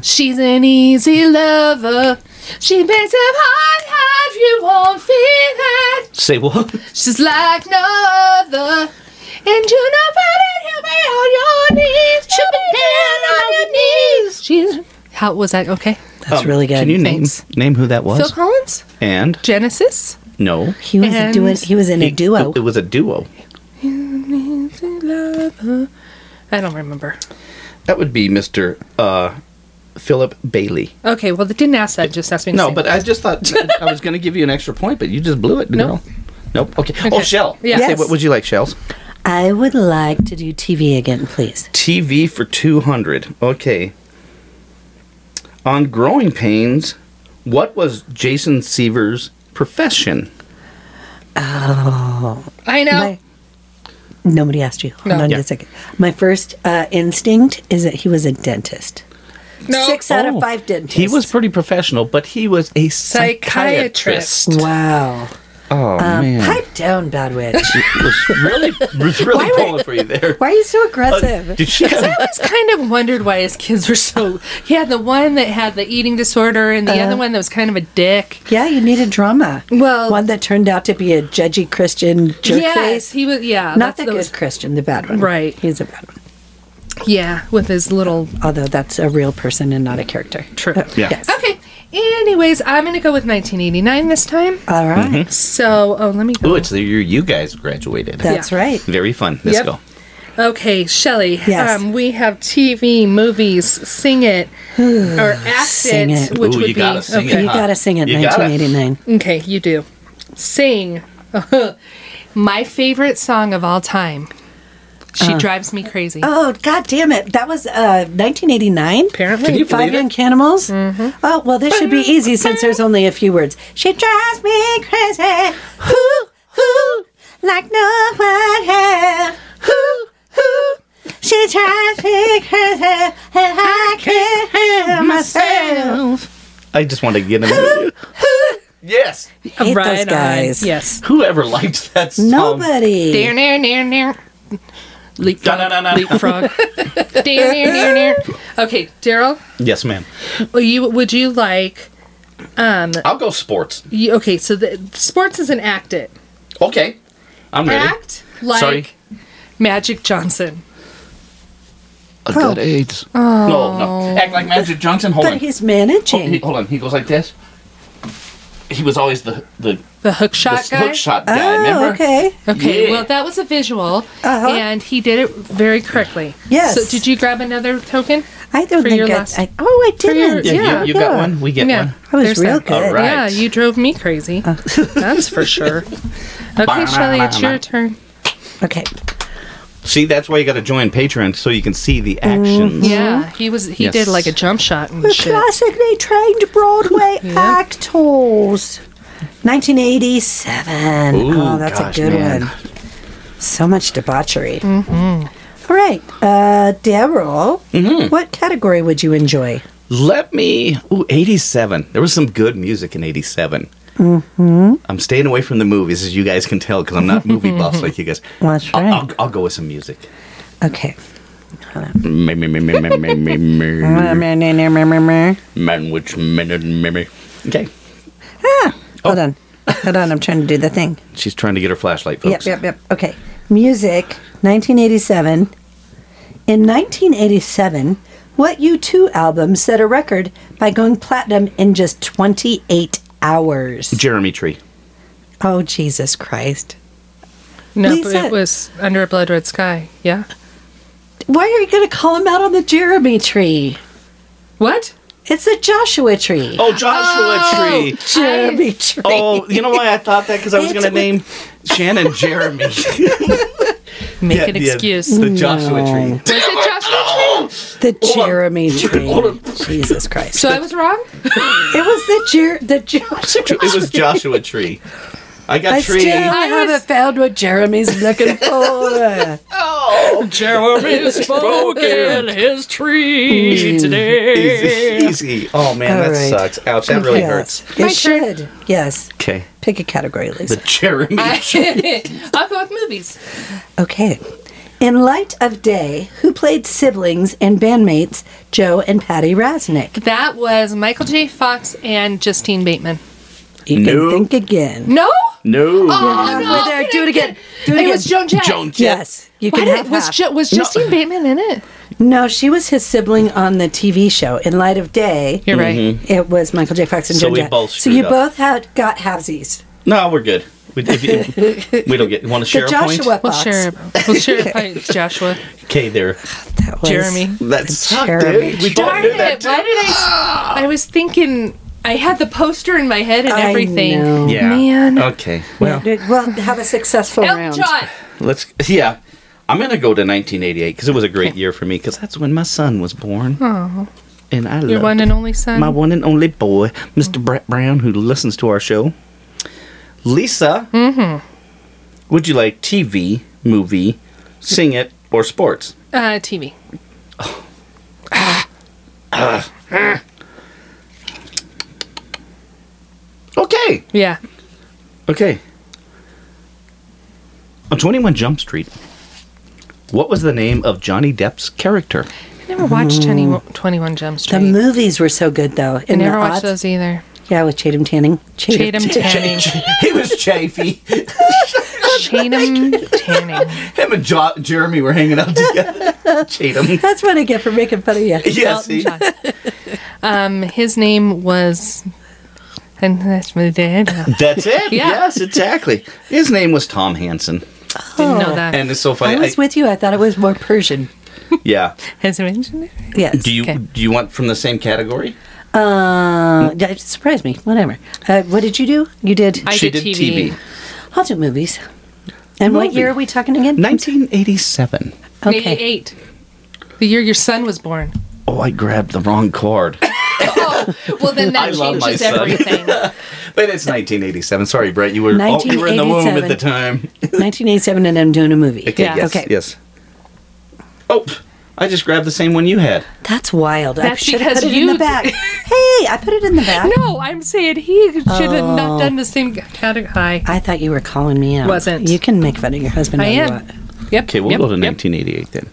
Speaker 3: She's an easy lover. She makes it hard, hard. You won't feel it.
Speaker 5: Say what?
Speaker 3: She's like no other. And you know better. You'll be on your knees. She'll be down on your knees. She's how was that? Okay.
Speaker 4: That's really good.
Speaker 5: Um, Can you name
Speaker 3: Thanks.
Speaker 5: name who that was?
Speaker 3: Phil Collins,
Speaker 5: and
Speaker 3: Genesis.
Speaker 5: no,
Speaker 4: He was
Speaker 3: And-
Speaker 4: doing. He was in a
Speaker 5: It-
Speaker 4: duo.
Speaker 5: It, was a duo.
Speaker 3: Easy lover. I don't remember.
Speaker 5: That would be Mr. Uh, Philip Bailey.
Speaker 3: Okay, well, they didn't ask that. Just asked me. To
Speaker 5: No,
Speaker 3: sing.
Speaker 5: but I just thought I was going to give you an extra point, but you just blew it.
Speaker 3: Nope.
Speaker 5: girl. Nope. Okay. Oh,
Speaker 3: Okay.
Speaker 5: Shell.
Speaker 3: Yeah.
Speaker 5: Say,
Speaker 4: Yes.
Speaker 5: what would you like, Shells?
Speaker 4: I would like to do TV again, please.
Speaker 5: TV for 200. Okay. On Growing Pains, what was Jason Seaver's profession?
Speaker 3: I know.
Speaker 4: My- Nobody asked you. Hold
Speaker 3: No.
Speaker 4: on
Speaker 5: Yeah.
Speaker 4: a second. My first uh, instinct is that he was a dentist.
Speaker 3: no.
Speaker 4: Six out of five dentists.
Speaker 5: Oh. He was pretty professional, but he was a psychiatrist.
Speaker 3: Psychiatrist.
Speaker 4: Wow. Um,
Speaker 5: Oh, man.
Speaker 4: Pipe down, Bad Witch.
Speaker 5: It was really, was really pulling for you there.
Speaker 4: Why are you so
Speaker 5: Uh,
Speaker 4: aggressive?
Speaker 5: did she have
Speaker 3: I always kind of wondered why his kids were so. He had the one that had the eating disorder, and the other one that was kind of a dick.
Speaker 4: yeah, you needed drama.
Speaker 3: Well-
Speaker 4: one that turned out to be a judgy Christian jerk
Speaker 3: yes,
Speaker 4: face.
Speaker 3: he was. Yeah,
Speaker 4: Not the
Speaker 3: that
Speaker 4: good Christian, the bad one.
Speaker 3: Right.
Speaker 4: He's a bad one.
Speaker 3: Yeah, with his little.
Speaker 4: Although that's a real person and not a character. True.
Speaker 5: Yeah.
Speaker 4: Yes.
Speaker 3: Okay. Anyways, I'm gonna go with 1989 this time.
Speaker 4: All right.
Speaker 5: Mm-hmm.
Speaker 3: So, oh, let me. Go.
Speaker 5: Oh, it's the year you guys graduated.
Speaker 4: That's
Speaker 3: Yeah.
Speaker 4: right.
Speaker 5: Very fun. Let's
Speaker 3: Yep.
Speaker 5: go.
Speaker 3: Okay, Shelley.
Speaker 4: Yes.
Speaker 3: Um, we have TV, movies, sing it, or act
Speaker 4: Sing
Speaker 3: it,
Speaker 4: It.
Speaker 3: which
Speaker 5: Ooh,
Speaker 3: would
Speaker 5: you
Speaker 3: be
Speaker 5: gotta sing it,
Speaker 3: okay.
Speaker 4: You
Speaker 5: Huh.
Speaker 4: gotta sing it.
Speaker 5: Uh, You gotta.
Speaker 4: 1989.
Speaker 3: Okay, you do. Sing. My favorite song of all time. She
Speaker 4: Uh,
Speaker 3: drives me crazy.
Speaker 4: Oh God damn it! That was uh 1989.
Speaker 3: Apparently. Can you
Speaker 4: Five
Speaker 5: believe it?
Speaker 4: Young Cannibals. Mm-hmm. Oh well, this should be easy since there's only a few words. She drives me crazy. Who who like no one else. Who who she drives me crazy and I can't help myself.
Speaker 5: I just want to get in with you. yes.
Speaker 4: Hate
Speaker 3: Right
Speaker 4: those
Speaker 3: on.
Speaker 4: guys.
Speaker 3: Yes.
Speaker 5: Whoever liked that song?
Speaker 4: Nobody.
Speaker 3: Dear, near, near, near. Leapfrog.
Speaker 5: Da-na-na-na.
Speaker 3: Leapfrog. Dear, near, near, near. Okay, Daryl,
Speaker 5: Yes, ma'am.
Speaker 3: will you, would you like.
Speaker 5: I'll go sports.
Speaker 3: You, okay, so the sports is an act it.
Speaker 5: Okay. I'm ready.
Speaker 3: Act like
Speaker 5: Sorry.
Speaker 3: Magic Johnson.
Speaker 5: A good eight.
Speaker 3: Oh.
Speaker 5: No, no. Act like Magic Johnson. Hold
Speaker 4: But
Speaker 5: on. Oh,
Speaker 4: he's
Speaker 5: He-
Speaker 4: managing.
Speaker 5: hold on. He goes like this. He was always the the,
Speaker 3: The hook
Speaker 5: the
Speaker 3: shot guy.
Speaker 5: hook shot guy.
Speaker 4: Oh,
Speaker 5: remember?
Speaker 4: okay.
Speaker 3: Okay,
Speaker 5: Yeah.
Speaker 3: well, that was a visual,
Speaker 4: Uh-huh.
Speaker 3: and he did it very correctly.
Speaker 4: Yes.
Speaker 3: So, did you grab another token?
Speaker 4: I don't
Speaker 3: For
Speaker 4: think
Speaker 3: your
Speaker 4: I,
Speaker 3: last-
Speaker 4: I. Oh, I
Speaker 3: for your-
Speaker 4: didn't.
Speaker 5: Yeah,
Speaker 3: Yeah.
Speaker 5: You, you got one. We get one.
Speaker 4: I was
Speaker 3: There's
Speaker 4: Oh, real
Speaker 3: that.
Speaker 4: good. Oh.
Speaker 5: All right.
Speaker 3: Yeah, you drove me crazy. That's for sure. Okay, Shelley, it's your turn.
Speaker 4: Okay.
Speaker 5: See, that's why you got to join Patreon so you can see the actions.
Speaker 3: Yeah, Mm-hmm. he was. He
Speaker 5: Yes.
Speaker 3: did like a jump shot and shit.
Speaker 4: Classically trained Broadway actors. 1987. oh, that's
Speaker 5: gosh,
Speaker 4: a good
Speaker 5: man.
Speaker 4: one. So much debauchery.
Speaker 3: Mm-hmm.
Speaker 5: Mm-hmm.
Speaker 4: All right, uh, Daryl, what category would you enjoy?
Speaker 5: Let me. Ooh, 87. There was some good music in 87.
Speaker 4: Mm-hmm.
Speaker 5: I'm staying away from the movies, as you guys can tell, because I'm not movie buffs like you guys.
Speaker 4: That's
Speaker 5: I'll-
Speaker 4: right.
Speaker 5: I'll, I'll go with some music.
Speaker 4: Okay.
Speaker 5: Mm-hmm. Meh, meh, meh, meh, meh, meh, meh, meh. Oh.
Speaker 4: Hold
Speaker 5: Man, which minute, meh, meh. Okay.
Speaker 4: on. Hold on. I'm trying to do the thing.
Speaker 5: She's trying to get her flashlight,
Speaker 4: Yep,
Speaker 5: folks.
Speaker 4: yep, yep. Okay. Music, 1987. In 1987, what U2 album set a record by going platinum in just 28 hours?
Speaker 5: Jeremy Tree.
Speaker 4: Oh, Jesus Christ.
Speaker 3: No,
Speaker 4: Lisa-
Speaker 3: but it was under a blood red sky. Yeah.
Speaker 4: Why are you going to call him out on the Jeremy tree?
Speaker 3: What?
Speaker 4: It's a Joshua tree.
Speaker 5: Oh, Joshua Tree.
Speaker 4: Jeremy tree.
Speaker 5: Oh, you know why I thought that? Because I was
Speaker 4: It's
Speaker 5: going to
Speaker 4: with-
Speaker 5: name Shannon Jeremy.
Speaker 3: Make
Speaker 5: Yeah,
Speaker 3: an
Speaker 5: yeah,
Speaker 3: excuse.
Speaker 5: The Joshua Tree.
Speaker 3: Was it Joshua Tree?
Speaker 4: the Jeremy tree. Jesus Christ.
Speaker 3: So I was wrong?
Speaker 4: It was the Jer- the Joshua
Speaker 5: It was Joshua Tree. I got
Speaker 4: I
Speaker 5: Tree.
Speaker 4: still
Speaker 3: I
Speaker 4: haven't
Speaker 3: was-
Speaker 4: found what Jeremy's looking for.
Speaker 3: Jeremy Oh, spoken his tree today.
Speaker 5: Easy, easy. Oh man,
Speaker 4: All
Speaker 5: that
Speaker 4: right.
Speaker 5: sucks. Ouch, that really
Speaker 4: yes.
Speaker 5: hurts.
Speaker 4: It
Speaker 3: My turn.
Speaker 4: should. Yes.
Speaker 5: Okay,
Speaker 4: Pick a category,
Speaker 5: the
Speaker 4: Lisa.
Speaker 5: Jeremy.
Speaker 3: I'll go with movies.
Speaker 4: Okay. In Light of Day, who played siblings and bandmates Joe and Patty Rasnick?
Speaker 3: That was Michael J. Fox and Justine Bateman.
Speaker 4: You
Speaker 5: No.
Speaker 4: can think again.
Speaker 3: No?
Speaker 5: no,
Speaker 3: Oh, no.
Speaker 4: Over there, do it again. Do it
Speaker 3: It
Speaker 4: again.
Speaker 3: was Joan Jett.
Speaker 5: Joan Jett.
Speaker 4: Yes. You
Speaker 3: Why
Speaker 4: can
Speaker 3: did-
Speaker 4: have
Speaker 3: was,
Speaker 4: half.
Speaker 3: Ju- was Justine Bateman in it?
Speaker 4: No, she was his sibling on the TV show. In Light of Day,
Speaker 3: You're right.
Speaker 4: it was Michael J. Fox and
Speaker 5: Mm-hmm. So
Speaker 4: Joan
Speaker 5: we
Speaker 4: Jett.
Speaker 5: both
Speaker 4: so you
Speaker 5: screwed up.
Speaker 4: both had got halvesies.
Speaker 5: no, we're good. We, if you- we don't get. Want to share
Speaker 4: the
Speaker 5: a
Speaker 4: Joshua
Speaker 5: point?
Speaker 3: We'll
Speaker 4: box.
Speaker 3: share. We'll share. Joshua,
Speaker 5: Okay, there.
Speaker 4: That was
Speaker 3: Jeremy.
Speaker 5: That sucked,
Speaker 4: Jeremy
Speaker 5: dude. We both
Speaker 3: Darn
Speaker 5: knew that.
Speaker 3: it! Why did I? s- I was thinking. I had the poster in my head and
Speaker 4: I
Speaker 3: everything.
Speaker 4: know.
Speaker 5: Yeah.
Speaker 3: Man.
Speaker 5: Okay. Well,
Speaker 4: Well, have a successful
Speaker 3: Elton
Speaker 4: round.
Speaker 3: John.
Speaker 5: let's. Yeah. I'm gonna go to 1988 because it was a great year for me because that's when my son was born. And I
Speaker 3: Your
Speaker 5: loved
Speaker 3: one
Speaker 5: it.
Speaker 3: and only son.
Speaker 5: my one and only boy, Mr. Brett Brown, who listens to our show. Lisa, would you like TV, movie, sing it, or sports?
Speaker 3: uh, TV.
Speaker 5: Okay,
Speaker 3: Yeah.
Speaker 5: okay. On 21 Jump Street, what was the name of Johnny Depp's character?
Speaker 3: I never watched 20, 21 Jump Street.
Speaker 4: The movies were so good, though.
Speaker 3: I
Speaker 4: In
Speaker 3: never
Speaker 4: the
Speaker 3: watched
Speaker 4: odds-
Speaker 3: those either.
Speaker 4: Yeah, with Chatham Tanning.
Speaker 3: Chatham Tanning.
Speaker 5: He was Chafee.
Speaker 3: Chatham Tanning.
Speaker 5: Him and jo- Jeremy were hanging out together. Chatham.
Speaker 4: That's what I get for making fun of you.
Speaker 5: Yeah,
Speaker 3: Elton
Speaker 5: see?
Speaker 3: John. Um, his name was. And that's my dad. I
Speaker 5: That's it.
Speaker 3: Yeah.
Speaker 5: Yes, exactly. His name was Tom Hansen.
Speaker 3: didn't know that.
Speaker 5: And it's so
Speaker 4: I
Speaker 5: funny.
Speaker 4: was
Speaker 5: I-
Speaker 4: with you. I thought it was more Persian.
Speaker 5: yeah.
Speaker 3: Has it mentioned it?
Speaker 4: Yes.
Speaker 5: Do you
Speaker 3: Okay.
Speaker 5: do you want from the same category?
Speaker 4: Uh, yeah, it surprised me. Whatever. Uh, what did you do? You did.
Speaker 3: I
Speaker 5: She
Speaker 3: did,
Speaker 5: did
Speaker 3: TV.
Speaker 5: TV.
Speaker 4: I'll do movies. And what
Speaker 5: Movie.
Speaker 4: year are we talking again?
Speaker 5: 1987.
Speaker 4: Okay.
Speaker 3: 88. The year your son was born.
Speaker 5: Oh, I grabbed the wrong card.
Speaker 3: Well, then
Speaker 5: I
Speaker 3: that
Speaker 5: love my
Speaker 3: changes
Speaker 5: son.
Speaker 3: everything.
Speaker 5: But it's 1987. Sorry, Brett. You were oh, you were in the womb at the time.
Speaker 4: 1987, and I'm doing a movie.
Speaker 5: Okay.
Speaker 3: Yeah.
Speaker 5: Yes.
Speaker 4: Okay.
Speaker 5: Yes. Oh, I just grabbed the same one you had.
Speaker 4: That's wild. I
Speaker 3: That's
Speaker 4: should have
Speaker 3: because
Speaker 4: put it in
Speaker 3: you-
Speaker 4: the back. hey, I put it in the back.
Speaker 3: No, I'm saying he should have
Speaker 5: Oh.
Speaker 3: not done the same category. Hi.
Speaker 4: I thought you were calling me out.
Speaker 3: Wasn't.
Speaker 4: You can make fun of your husband.
Speaker 3: I
Speaker 4: all you
Speaker 3: am.
Speaker 4: want.
Speaker 3: Yep.
Speaker 5: Okay, we'll
Speaker 3: yep,
Speaker 5: go to
Speaker 3: yep.
Speaker 5: 1988 then.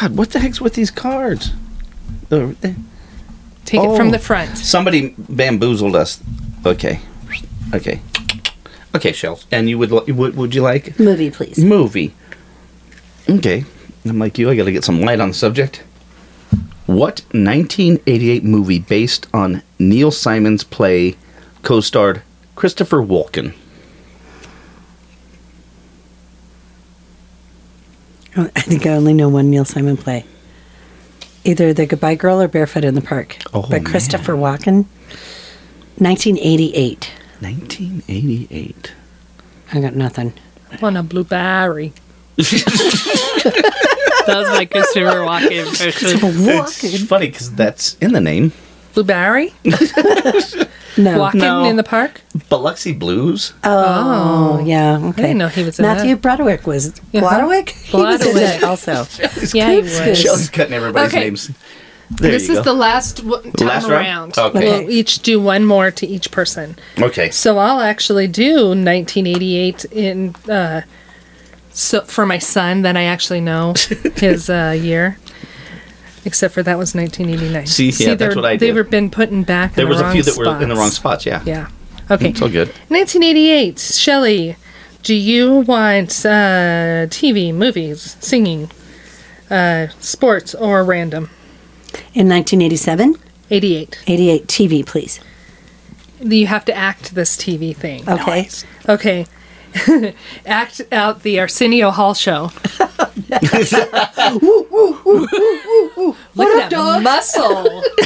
Speaker 5: God, what the heck's with these cards? The- the-
Speaker 3: Take it from
Speaker 5: Oh.
Speaker 3: the front.
Speaker 5: Somebody bamboozled us. Okay. Okay. Okay, Shells. And you would li- would would you like
Speaker 4: Movie, please.
Speaker 5: movie. Okay. I'm like you, I gotta get some light on the subject. What 1988 movie based on Neil Simon's play co starred Christopher Walken?
Speaker 4: I think I only know one Neil Simon play. Either The Goodbye Girl or Barefoot in the Park
Speaker 5: Oh,
Speaker 4: by
Speaker 5: man.
Speaker 4: Christopher Walken. 1988.
Speaker 5: 1988.
Speaker 4: I got nothing.
Speaker 3: On a blueberry. that was my Christopher Walken impression.
Speaker 5: It's funny because that's in the name.
Speaker 3: Blueberry?
Speaker 4: No.
Speaker 3: Walking
Speaker 5: No.
Speaker 3: in the park?
Speaker 5: Biloxi Blues.
Speaker 4: Oh, yeah. Okay.
Speaker 3: didn't know he was in
Speaker 4: Matthew Broderick was Broderick. He was in
Speaker 3: Broderick.
Speaker 4: it also.
Speaker 3: Yeah, he was.
Speaker 5: Shells cutting everybody's
Speaker 3: Okay.
Speaker 5: names. There
Speaker 3: this
Speaker 5: you
Speaker 3: is
Speaker 5: go.
Speaker 3: the last w- time
Speaker 5: Last round?
Speaker 3: around.
Speaker 5: Okay.
Speaker 3: We'll each do one more to each person.
Speaker 5: Okay.
Speaker 3: So I'll actually do 1988 in uh, so for my son that I actually know his uh, year. Except for that was 1989.
Speaker 5: See, yeah, that's
Speaker 3: they're-
Speaker 5: what I
Speaker 3: They
Speaker 5: did.
Speaker 3: were been putting back.
Speaker 5: There
Speaker 3: in
Speaker 5: was
Speaker 3: the
Speaker 5: a
Speaker 3: wrong
Speaker 5: few that were in the wrong Mm-hmm.
Speaker 3: spots.
Speaker 5: spots. Yeah.
Speaker 3: Yeah. Okay.
Speaker 5: It's all good.
Speaker 3: 1988. Shelley, do you want uh, TV, movies, singing, uh, sports, or random?
Speaker 4: In 1987,
Speaker 3: 88.
Speaker 4: 88 TV, please.
Speaker 3: You have to act this TV thing.
Speaker 4: Okay.
Speaker 3: Okay. act out the Arsenio Hall show. What up, dog? Muscle.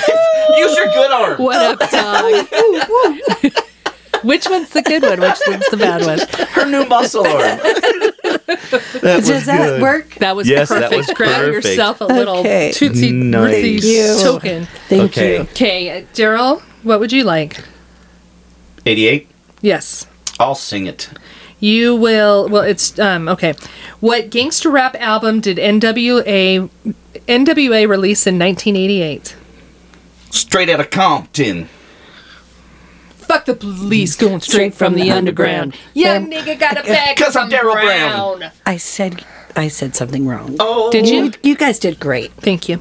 Speaker 5: Use your good arm.
Speaker 3: What up, dog? Which one's the good one? Which one's the bad one?
Speaker 5: Her new muscle arm.
Speaker 4: Does that work?
Speaker 3: That was
Speaker 5: Yes, that
Speaker 3: perfect.
Speaker 5: was
Speaker 3: Grab
Speaker 5: perfect.
Speaker 3: yourself a little
Speaker 4: Okay.
Speaker 3: tootsie
Speaker 5: Nice.
Speaker 3: Tootsie
Speaker 4: Thank you.
Speaker 3: token.
Speaker 4: Thank
Speaker 5: Okay.
Speaker 4: you.
Speaker 3: Okay, Daryl, what would you like?
Speaker 5: 88.
Speaker 3: Yes.
Speaker 5: I'll sing it.
Speaker 3: You will. Well, it's um okay. What gangster rap album did NWA NWA release in 1988?
Speaker 5: Straight out of Compton.
Speaker 3: Fuck the police, going straight from, the underground. Young nigga got a bag
Speaker 5: Cause I'm
Speaker 3: from
Speaker 5: Daryl
Speaker 3: Brown.
Speaker 4: I said I said something wrong.
Speaker 5: Oh.
Speaker 3: Did you?
Speaker 4: You guys did great.
Speaker 3: Thank you.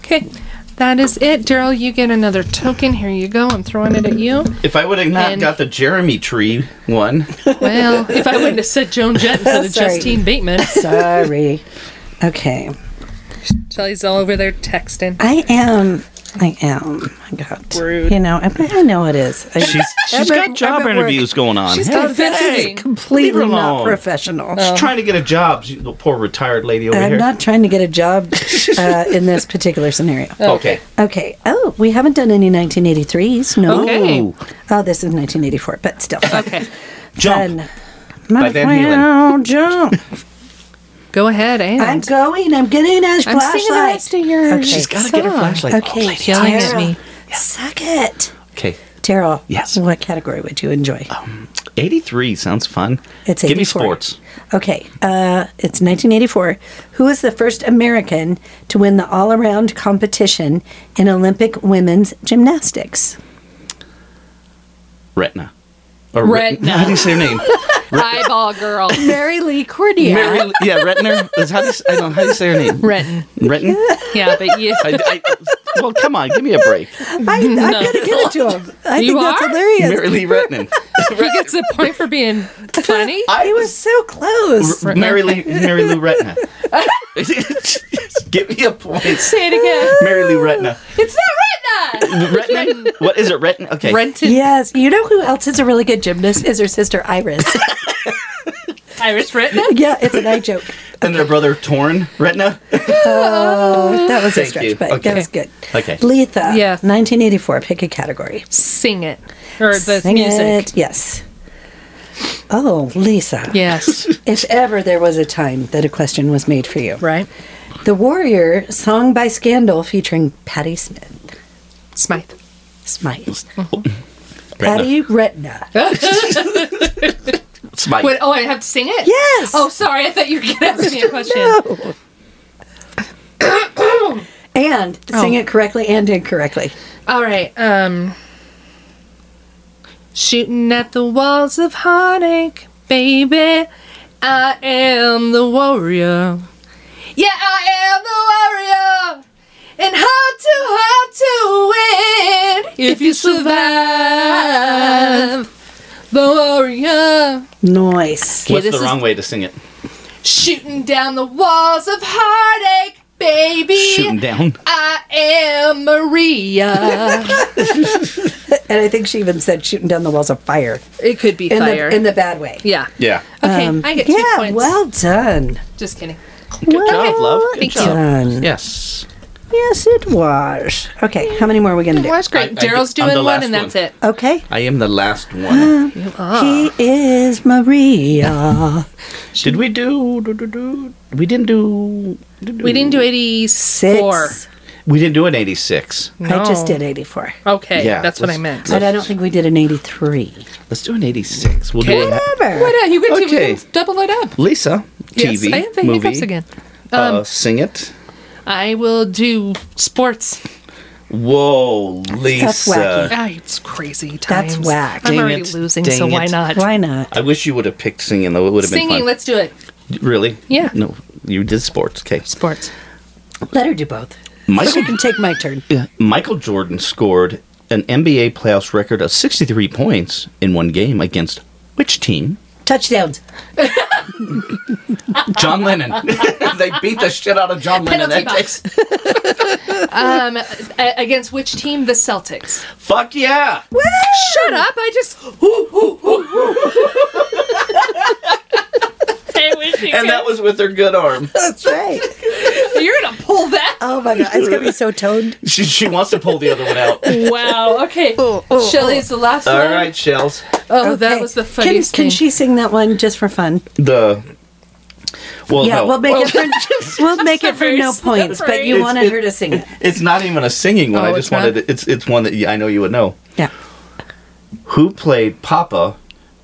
Speaker 3: Okay, that is it, Daryl. You get another token. Here you go. I'm throwing it at you.
Speaker 5: If I would have not
Speaker 3: And-
Speaker 5: got the Jeremy Tree one,
Speaker 3: Well, if I wouldn't have said Joan Jett instead of
Speaker 4: Sorry.
Speaker 3: Justine Bateman,
Speaker 4: Sorry. okay.
Speaker 3: Shelly's all over there texting.
Speaker 4: I am. I am. I got. Rude. You know, I, I know it is. I,
Speaker 5: she's she's got job interviews going on. She's
Speaker 4: Oh, this
Speaker 5: Hey,
Speaker 4: is completely
Speaker 5: leave her
Speaker 4: not
Speaker 5: alone.
Speaker 4: professional.
Speaker 5: trying to get a job. You little poor retired lady over
Speaker 4: I'm
Speaker 5: here.
Speaker 4: not trying to get a job uh, in this particular scenario.
Speaker 5: okay.
Speaker 4: Okay. Oh, we haven't done any 1983s. No.
Speaker 3: Okay.
Speaker 5: Ooh,
Speaker 4: Oh, this is 1984, but still.
Speaker 3: Okay,
Speaker 5: jump.
Speaker 4: My
Speaker 5: Van
Speaker 4: clown jump.
Speaker 3: go ahead and
Speaker 4: I'm going. I'm getting a
Speaker 3: I'm singing the rest
Speaker 4: flashlight.
Speaker 3: of your.
Speaker 4: Okay. She's
Speaker 5: Gotta get her flashlight. Oh,
Speaker 4: Okay.
Speaker 3: yelling at
Speaker 4: Tara,
Speaker 3: me.
Speaker 4: Suck it.
Speaker 5: Okay.
Speaker 4: Daryl.
Speaker 5: Yes.
Speaker 4: What category would you enjoy?
Speaker 5: 83 sounds fun.
Speaker 4: It's
Speaker 5: Give me
Speaker 4: 84.
Speaker 5: sports.
Speaker 4: Okay, uh, it's 1984. Who was the first American to win the all around competition in Olympic women's gymnastics?
Speaker 5: Retina. Or
Speaker 3: Retina.
Speaker 5: How do you say her name?
Speaker 3: Eyeball girl.
Speaker 4: Mary Lee Cordia.
Speaker 5: Mary, yeah, Retner. Is- How do you, s- I don't, how do you say her name?
Speaker 3: Renton.
Speaker 5: Retin.
Speaker 3: Yeah, but you.
Speaker 5: I, I, well, come on, give me a break.
Speaker 4: I, I'm going to give it to him. I
Speaker 3: You
Speaker 4: think that's
Speaker 3: are?
Speaker 4: hilarious.
Speaker 5: Mary Lee Retnan.
Speaker 3: He gets a point for being funny.
Speaker 5: I
Speaker 4: He was so close.
Speaker 5: R- Mary Lee Mary Lou Retna. Give me a point.
Speaker 3: Say it again.
Speaker 5: Mary Lou Retna.
Speaker 3: It's not Renton.
Speaker 5: Retna? What is it? Retna? Okay.
Speaker 3: Renton.
Speaker 4: Yes. You know who else is a really good gymnast? Is her sister Iris.
Speaker 3: Irish Renton.
Speaker 4: yeah, it's an eye joke.
Speaker 5: and their brother Torn Retna.
Speaker 3: Oh.
Speaker 4: Uh, That was a
Speaker 5: Thank
Speaker 4: stretch,
Speaker 5: you.
Speaker 4: but
Speaker 5: Okay.
Speaker 4: that was good.
Speaker 5: Okay.
Speaker 4: Letha.
Speaker 3: Yeah.
Speaker 4: 1984. Pick a category.
Speaker 3: Sing it or the
Speaker 4: Sing
Speaker 3: music.
Speaker 4: it. Yes. Oh, Lisa.
Speaker 3: Yes.
Speaker 4: If ever there was a time that a question was made for you.
Speaker 3: Right.
Speaker 4: The Warrior, song by Scandal featuring Patti Smith.
Speaker 3: Smythe.
Speaker 4: Smythe.
Speaker 5: Retna.
Speaker 4: Patti Retna.
Speaker 5: It's my-
Speaker 3: Wait, oh, I have to sing it.
Speaker 4: Yes.
Speaker 3: Oh, sorry. I thought you were going to ask me a question.
Speaker 4: No. and sing
Speaker 3: Oh.
Speaker 4: it correctly and incorrectly.
Speaker 3: All right. Um, shooting at the walls of heartache, baby. I am the warrior. Yeah, I am the warrior. And hard to hard to win if you survive. The warrior
Speaker 4: Nice.
Speaker 5: What's
Speaker 3: this
Speaker 5: the
Speaker 3: is-
Speaker 5: wrong way to sing it?
Speaker 3: shooting down the walls of heartache, baby.
Speaker 5: Shooting down.
Speaker 3: I am Maria.
Speaker 4: And I think she even said shooting down the walls of fire.
Speaker 3: it could be
Speaker 4: In,
Speaker 3: fire.
Speaker 4: The, in the bad way.
Speaker 3: yeah.
Speaker 5: Yeah.
Speaker 3: Okay, I get two
Speaker 4: yeah,
Speaker 3: points.
Speaker 4: well done.
Speaker 3: Just kidding.
Speaker 5: Good job, love. Good
Speaker 3: Thank you.
Speaker 5: job.
Speaker 4: Done.
Speaker 5: Yes.
Speaker 4: Yes, it was. Okay, how many more are we going to
Speaker 3: Well,
Speaker 4: do?
Speaker 3: that's great.
Speaker 5: I- I
Speaker 3: Daryl's
Speaker 5: get- I'm the
Speaker 3: doing one,
Speaker 5: last
Speaker 3: and that's
Speaker 5: one.
Speaker 3: it.
Speaker 4: Okay.
Speaker 5: I am the last
Speaker 3: Uh,
Speaker 5: one. Ah.
Speaker 4: He is Maria.
Speaker 5: Did we do, do, do, do? We didn't do.
Speaker 3: We didn't do 84.
Speaker 4: Six.
Speaker 5: We didn't do an 86.
Speaker 4: I just
Speaker 3: No.
Speaker 4: did 84.
Speaker 3: Okay,
Speaker 5: Yeah,
Speaker 3: that's what I
Speaker 5: let's-
Speaker 3: meant.
Speaker 4: But I don't think we did an 83.
Speaker 5: Let's do an 86. We'll do
Speaker 3: Okay.
Speaker 5: it.
Speaker 4: Whatever.
Speaker 3: Why not? uh, You could do- we
Speaker 5: Okay.
Speaker 3: can double it up.
Speaker 5: Lisa,
Speaker 3: Yes,
Speaker 5: TV,
Speaker 3: I have the Um,
Speaker 5: movie,
Speaker 3: hiccups again.
Speaker 5: uh, sing it.
Speaker 3: I will do sports.
Speaker 5: Whoa, Lisa.
Speaker 4: That's wacky.
Speaker 3: Ah, it's crazy times.
Speaker 4: That's whack.
Speaker 3: I'm
Speaker 5: Dang
Speaker 3: already
Speaker 5: it.
Speaker 3: losing,
Speaker 5: Dang
Speaker 3: so why
Speaker 5: it.
Speaker 3: not?
Speaker 4: Why not?
Speaker 5: I wish you would have picked singing though. It would have been
Speaker 3: Singing,
Speaker 5: fun.
Speaker 3: let's do it.
Speaker 5: really?
Speaker 3: Yeah.
Speaker 5: No, you did sports. Okay.
Speaker 3: Sports.
Speaker 4: Let her do both. She
Speaker 5: Michael
Speaker 4: can take my turn.
Speaker 5: Michael Jordan scored an NBA playoffs record of 63 points in one game against which team?
Speaker 4: Touchdowns.
Speaker 5: John Lennon. they beat the shit out of John Lennon. That
Speaker 3: Penalty box.
Speaker 5: takes,
Speaker 3: Um, a- against which team? The Celtics.
Speaker 5: fuck yeah.
Speaker 3: Shut up! I just. I wish you
Speaker 5: And
Speaker 3: could.
Speaker 5: that was with her good arm.
Speaker 4: That's right.
Speaker 3: You're gonna pull that.
Speaker 4: Oh my god, it's gonna be so toned.
Speaker 5: She, she wants to pull the other one out.
Speaker 3: Wow. Okay. Shelly's the last
Speaker 5: All
Speaker 3: one.
Speaker 5: right, Shells.
Speaker 3: Oh, that
Speaker 4: Okay.
Speaker 3: was the
Speaker 4: Can-
Speaker 3: funniest
Speaker 4: Can,
Speaker 3: thing.
Speaker 4: she sing that one just for fun?
Speaker 5: The. Well,
Speaker 4: yeah,
Speaker 5: no.
Speaker 4: we'll
Speaker 3: Oh.
Speaker 4: make it for we'll make it for
Speaker 3: very
Speaker 4: no points, but you
Speaker 5: It's-
Speaker 4: wanted
Speaker 5: it-
Speaker 4: her to sing it.
Speaker 5: It's not even a singing one.
Speaker 3: Oh,
Speaker 5: I
Speaker 3: it's
Speaker 5: just wanted
Speaker 3: not?
Speaker 5: to- it's it's one that y- I know you would know.
Speaker 4: Yeah.
Speaker 5: Who played Papa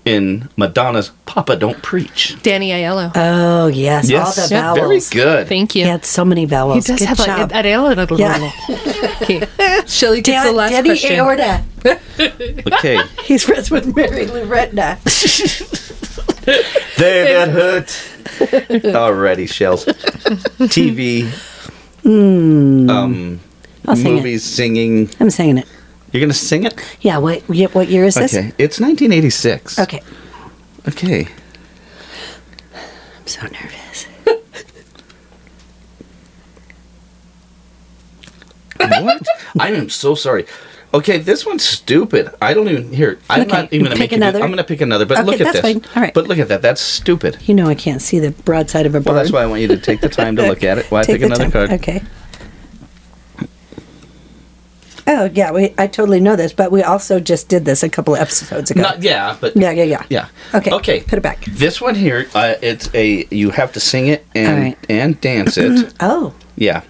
Speaker 5: in Madonna's "Papa Don't Preach"?
Speaker 3: Danny Aiello.
Speaker 4: Oh yes, all the
Speaker 5: Yeah,
Speaker 4: vowels.
Speaker 5: very good.
Speaker 3: Thank you.
Speaker 4: He had so many
Speaker 3: He
Speaker 4: vowels.
Speaker 3: does
Speaker 4: Good
Speaker 3: have
Speaker 4: job.
Speaker 3: like an aorta.
Speaker 4: Yeah.
Speaker 3: Okay. Shelly gets
Speaker 4: Daddy
Speaker 3: the last question.
Speaker 4: Aorta.
Speaker 5: Okay,
Speaker 4: He's friends with Mary Lou Retna.
Speaker 5: there that hurt. Alrighty, shells. TV, um,
Speaker 4: I'll sing it.
Speaker 5: movies, singing.
Speaker 4: I'm singing it.
Speaker 5: You're gonna sing it?
Speaker 4: Yeah. What? ye- What year is this?
Speaker 5: Okay, it's 1986.
Speaker 4: Okay.
Speaker 5: Okay.
Speaker 4: I'm so nervous.
Speaker 5: What? I am so sorry. Okay, this one's stupid. I don't even here. I'm
Speaker 4: Okay,
Speaker 5: not even gonna
Speaker 4: pick
Speaker 5: make you do-
Speaker 4: another.
Speaker 5: I'm gonna pick another. But
Speaker 4: Okay,
Speaker 5: look at this.
Speaker 4: that's fine. All right.
Speaker 5: But look at that. That's stupid.
Speaker 4: You know I can't see the broadside of a
Speaker 5: Well,
Speaker 4: bird.
Speaker 5: that's why I want you to take the time to look at it. Why
Speaker 4: Take
Speaker 5: pick
Speaker 4: the
Speaker 5: another
Speaker 4: time.
Speaker 5: card?
Speaker 4: Okay. Oh yeah, we, I totally know this, but we also just did this a couple of episodes ago.
Speaker 5: Not yeah, but
Speaker 4: yeah, yeah, yeah.
Speaker 5: yeah.
Speaker 4: Okay.
Speaker 5: Okay.
Speaker 4: Put it back.
Speaker 5: This one here, uh, it's a you have to sing it and
Speaker 4: All right.
Speaker 5: and dance it.
Speaker 4: Oh,
Speaker 5: yeah.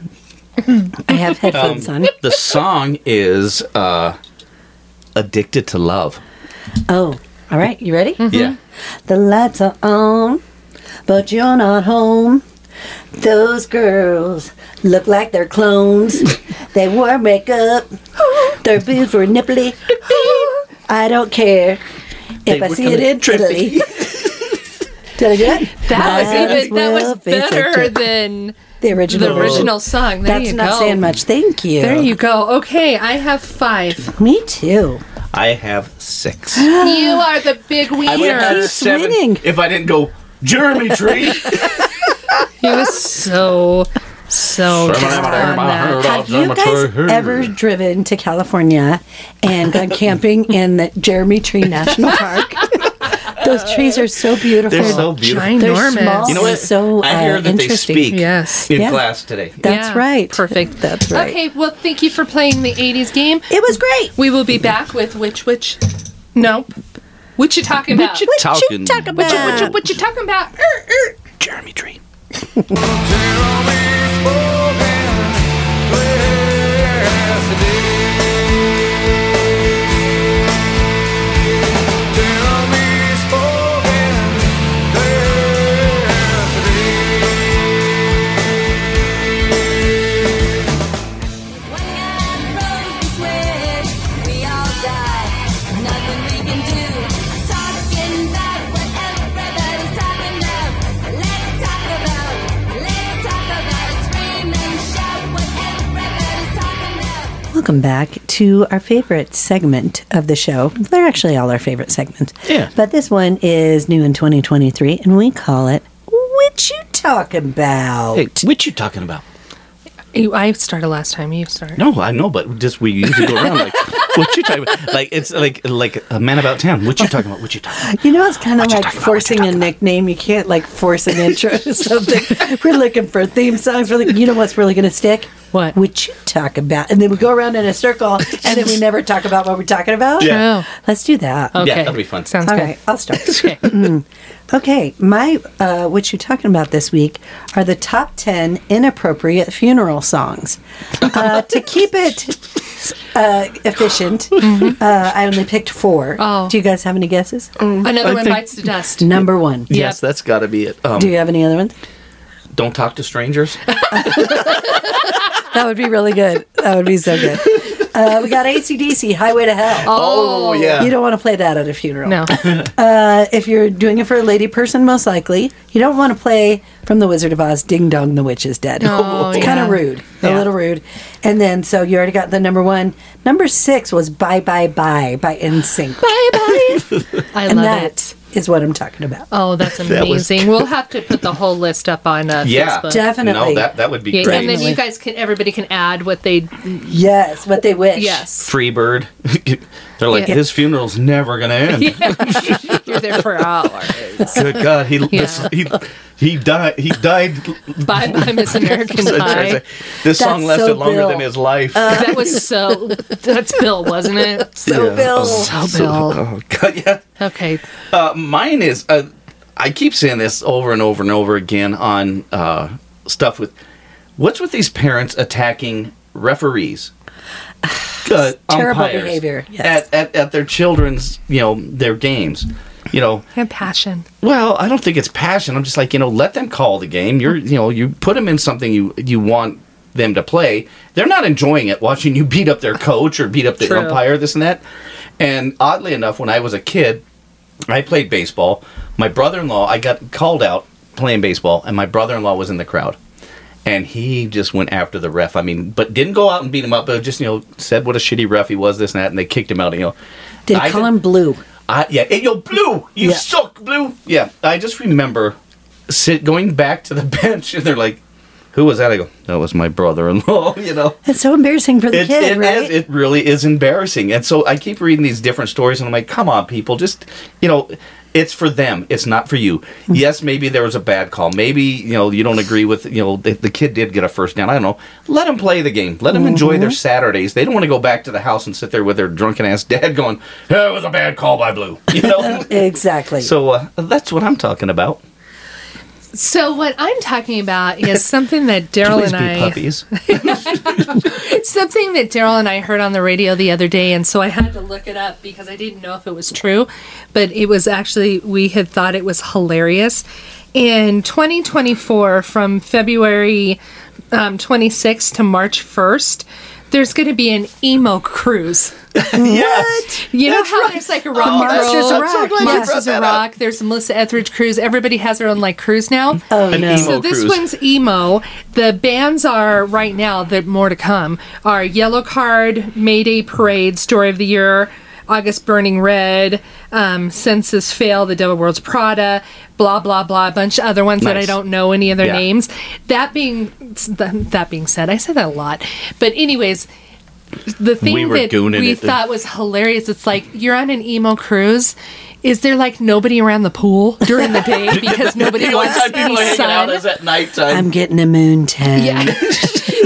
Speaker 4: I have headphones on.
Speaker 5: The song is uh, "Addicted to Love."
Speaker 4: Oh, all right. You ready?
Speaker 5: Yeah.
Speaker 4: The lights are on, but you're not home. Those girls look like they're clones. they wore makeup. Their boobs were nipply. I don't care if
Speaker 5: They
Speaker 4: I
Speaker 5: were
Speaker 4: see it
Speaker 5: kinda
Speaker 4: in Italy. Did I do it?
Speaker 3: That was
Speaker 4: Might as
Speaker 3: even that was
Speaker 4: well be
Speaker 3: better
Speaker 4: such a-
Speaker 3: than
Speaker 4: the original.
Speaker 3: the original song. There
Speaker 4: That's
Speaker 3: you
Speaker 4: not
Speaker 3: go.
Speaker 4: saying much. Thank you.
Speaker 3: There you go. Okay, I have five.
Speaker 4: Me too.
Speaker 5: I have six.
Speaker 3: you are the big
Speaker 5: had
Speaker 3: winner.
Speaker 4: Keeps winning.
Speaker 5: if I didn't go Jeremy Tree.
Speaker 3: He was so so
Speaker 5: Sure, I'm
Speaker 3: down
Speaker 5: out of
Speaker 3: on
Speaker 5: my
Speaker 3: that.
Speaker 5: heart.
Speaker 4: Have you guys ever driven to California and gone camping in the Jeremy Tree National Park? Those trees are so beautiful.
Speaker 5: They're so
Speaker 3: Oh,
Speaker 5: beautiful.
Speaker 4: They're
Speaker 3: Ginormous.
Speaker 4: small
Speaker 5: You know what?
Speaker 4: and so uh,
Speaker 5: I hear that they
Speaker 4: interesting.
Speaker 5: speak
Speaker 3: Yes.
Speaker 5: in
Speaker 4: Yeah.
Speaker 5: class today.
Speaker 4: That's
Speaker 3: Yeah,
Speaker 4: right.
Speaker 3: Perfect.
Speaker 4: That's right.
Speaker 3: Okay, well, thank you for playing the 80s game.
Speaker 4: It was great.
Speaker 3: We will be back with Which Which. Nope. What you talking about?
Speaker 4: What
Speaker 5: Talking.
Speaker 4: you talk about?
Speaker 3: What you, what you talking about? Er, er.
Speaker 5: Jeremy Tree.
Speaker 4: Welcome back to our favorite segment of the show. They're actually all our favorite segments.
Speaker 5: Yeah.
Speaker 4: But this one is new in 2023, and we call it "What You Talking About."
Speaker 5: Hey, what you talking about?
Speaker 3: You- I started last time. You started.
Speaker 5: No, I know, but just we usually go around like, what you talking about? Like it's like like a man about town. What you talking about? What you talking about?
Speaker 4: You know, it's kind of
Speaker 5: What you
Speaker 4: like
Speaker 5: talking about?
Speaker 4: forcing
Speaker 5: What
Speaker 4: a
Speaker 5: you talking
Speaker 4: nickname. You can't like force an intro to something. We're looking for theme songs. We're like, you know what's really going to stick?
Speaker 3: What?
Speaker 4: Would you talk about? And then we go around in a circle, and then we never talk about what we're talking about.
Speaker 5: Yeah.
Speaker 3: Oh,
Speaker 4: Let's do that.
Speaker 3: okay.
Speaker 5: that'll be fun.
Speaker 3: Sounds
Speaker 4: All
Speaker 3: good.
Speaker 4: right, I'll start.
Speaker 3: Okay.
Speaker 4: Okay, my uh, what you talking about this week are the top ten inappropriate funeral songs. Uh, to keep it uh, efficient, uh, I only picked four.
Speaker 3: Mm-hmm. Oh. Mm-hmm.
Speaker 4: Do you guys have any guesses?
Speaker 3: Another
Speaker 5: I
Speaker 3: one
Speaker 5: think-
Speaker 3: bites the dust.
Speaker 4: Number one.
Speaker 5: Yes, that's got to be it. Um,
Speaker 4: Do you have any other ones?
Speaker 5: Don't talk to strangers.
Speaker 4: That would be really good. That would be so good. Uh, we got ACDC, Highway to Hell.
Speaker 5: oh yeah.
Speaker 4: You don't want to play that at a funeral.
Speaker 3: No.
Speaker 4: Uh, if you're doing it for a lady person, most likely, you don't want to play from The Wizard of Oz, Ding Dong, The Witch is Dead.
Speaker 3: Oh,
Speaker 4: it's kind
Speaker 3: yeah.
Speaker 4: of rude, a
Speaker 3: Yeah.
Speaker 4: little rude. And then, so you already got the number one. Number six was Bye Bye Bye by NSYNC.
Speaker 3: Bye bye. I
Speaker 4: and
Speaker 3: love it.
Speaker 4: that is what I'm talking about.
Speaker 3: Oh, that's
Speaker 5: was
Speaker 3: amazing. we'll have to put the whole list up on uh,
Speaker 5: yeah.
Speaker 3: Facebook.
Speaker 4: Definitely.
Speaker 5: No, that that would be
Speaker 3: Yeah,
Speaker 5: great.
Speaker 3: and then you guys can everybody can add what they
Speaker 4: Yes, what they wish.
Speaker 3: yes.
Speaker 5: Freebird. They're like,
Speaker 3: Yeah.
Speaker 5: this funeral's never gonna end.
Speaker 3: You're there for hours.
Speaker 5: Good God, he
Speaker 3: Yeah.
Speaker 5: he he died. He died.
Speaker 3: Bye bye, Miss American Pie.
Speaker 5: This song
Speaker 4: That's
Speaker 5: lasted
Speaker 4: so
Speaker 5: longer
Speaker 4: Bill.
Speaker 5: than his life.
Speaker 3: That was so. That's Bill, wasn't it?
Speaker 4: So, Bill.
Speaker 3: Oh, So Bill.
Speaker 5: oh God, yeah.
Speaker 3: Okay.
Speaker 5: Uh, mine is. Uh, I keep saying this over and over and over again on uh, stuff with. What's with these parents attacking referees? Uh,
Speaker 4: terrible
Speaker 5: umpires
Speaker 4: behavior, yes.
Speaker 5: At, at, at their children's, you know, their games. You know,
Speaker 3: And passion.
Speaker 5: Well, I don't think it's passion. I'm just like you know, let them call the game. You're you know, you put them in something you you want them to play. They're not enjoying it watching you beat up their coach or beat up the
Speaker 3: True.
Speaker 5: umpire, this and that. And oddly enough, when I was a kid, I played baseball. My brother-in-law, I got called out playing baseball, and my brother-in-law was in the crowd. And he just went after the ref. I mean, but didn't go out and beat him up, but just, you know, said what a shitty ref he was, this and that, and they kicked him out, you know.
Speaker 4: Did
Speaker 5: I
Speaker 4: call
Speaker 5: did-
Speaker 4: him Blue?
Speaker 5: I, yeah, hey, yo, Blue, you
Speaker 4: Yeah.
Speaker 5: suck, Blue. Yeah, I just remember sit going back to the bench, and they're like, "Who was that?" I go, "That was my brother-in-law." You know,
Speaker 4: It's so embarrassing for the
Speaker 5: it,
Speaker 4: kid,
Speaker 5: it
Speaker 4: right?
Speaker 5: is- it really is embarrassing. And so I keep reading these different stories, and I'm like, "Come on, people, just you know." It's for them. It's not for you.
Speaker 4: Mm.
Speaker 5: Yes, maybe there was a bad call. Maybe you know you don't agree with you know the, the kid did get a first down. I don't know. Let them play the game. Let them enjoy their
Speaker 4: Mm-hmm.
Speaker 5: Saturdays. They don't want to go back to the house and sit there with their drunken ass dad going, "That was a bad call by Blue." You know.
Speaker 4: exactly.
Speaker 5: So uh, that's what I'm talking about.
Speaker 3: So what I'm talking about is something that Daryl
Speaker 5: Please
Speaker 3: and
Speaker 5: be
Speaker 3: I.
Speaker 5: puppies.
Speaker 3: It's something that Daryl and I heard on the radio the other day, and so I had to look it up because I didn't know if it was true, but it was actually, we had thought it was hilarious. In 2024, from February um, 26th to March 1st, there's going to be an emo cruise.
Speaker 5: yes.
Speaker 3: You know how there's like a rock and
Speaker 4: Monsters
Speaker 3: roll,
Speaker 4: of Rock,
Speaker 5: glad you brought
Speaker 3: Monsters
Speaker 5: that
Speaker 3: of
Speaker 5: up.
Speaker 3: Rock. There's the Melissa Etheridge cruise. Everybody has their own like cruise now.
Speaker 4: oh,
Speaker 5: An
Speaker 4: no.
Speaker 5: emo
Speaker 3: So this
Speaker 5: cruise.
Speaker 3: one's emo. The bands are right now that more to come are Yellow Card, Mayday Parade, Story of the Year, August Burning Red, um, Census Fail, The Devil World's Prada, blah blah blah, a bunch of other ones that I
Speaker 5: Nice.
Speaker 3: don't know any of their
Speaker 5: Yeah.
Speaker 3: names. That being that being said, I said that a lot, but anyways. The thing
Speaker 5: We were
Speaker 3: that
Speaker 5: gooning
Speaker 3: we
Speaker 5: it.
Speaker 3: thought was hilarious, it's like you're on an emo cruise. Is there like nobody around the pool during the day because nobody wants any sun?
Speaker 5: at nighttime.
Speaker 4: I'm getting a moon tan.
Speaker 3: Yeah.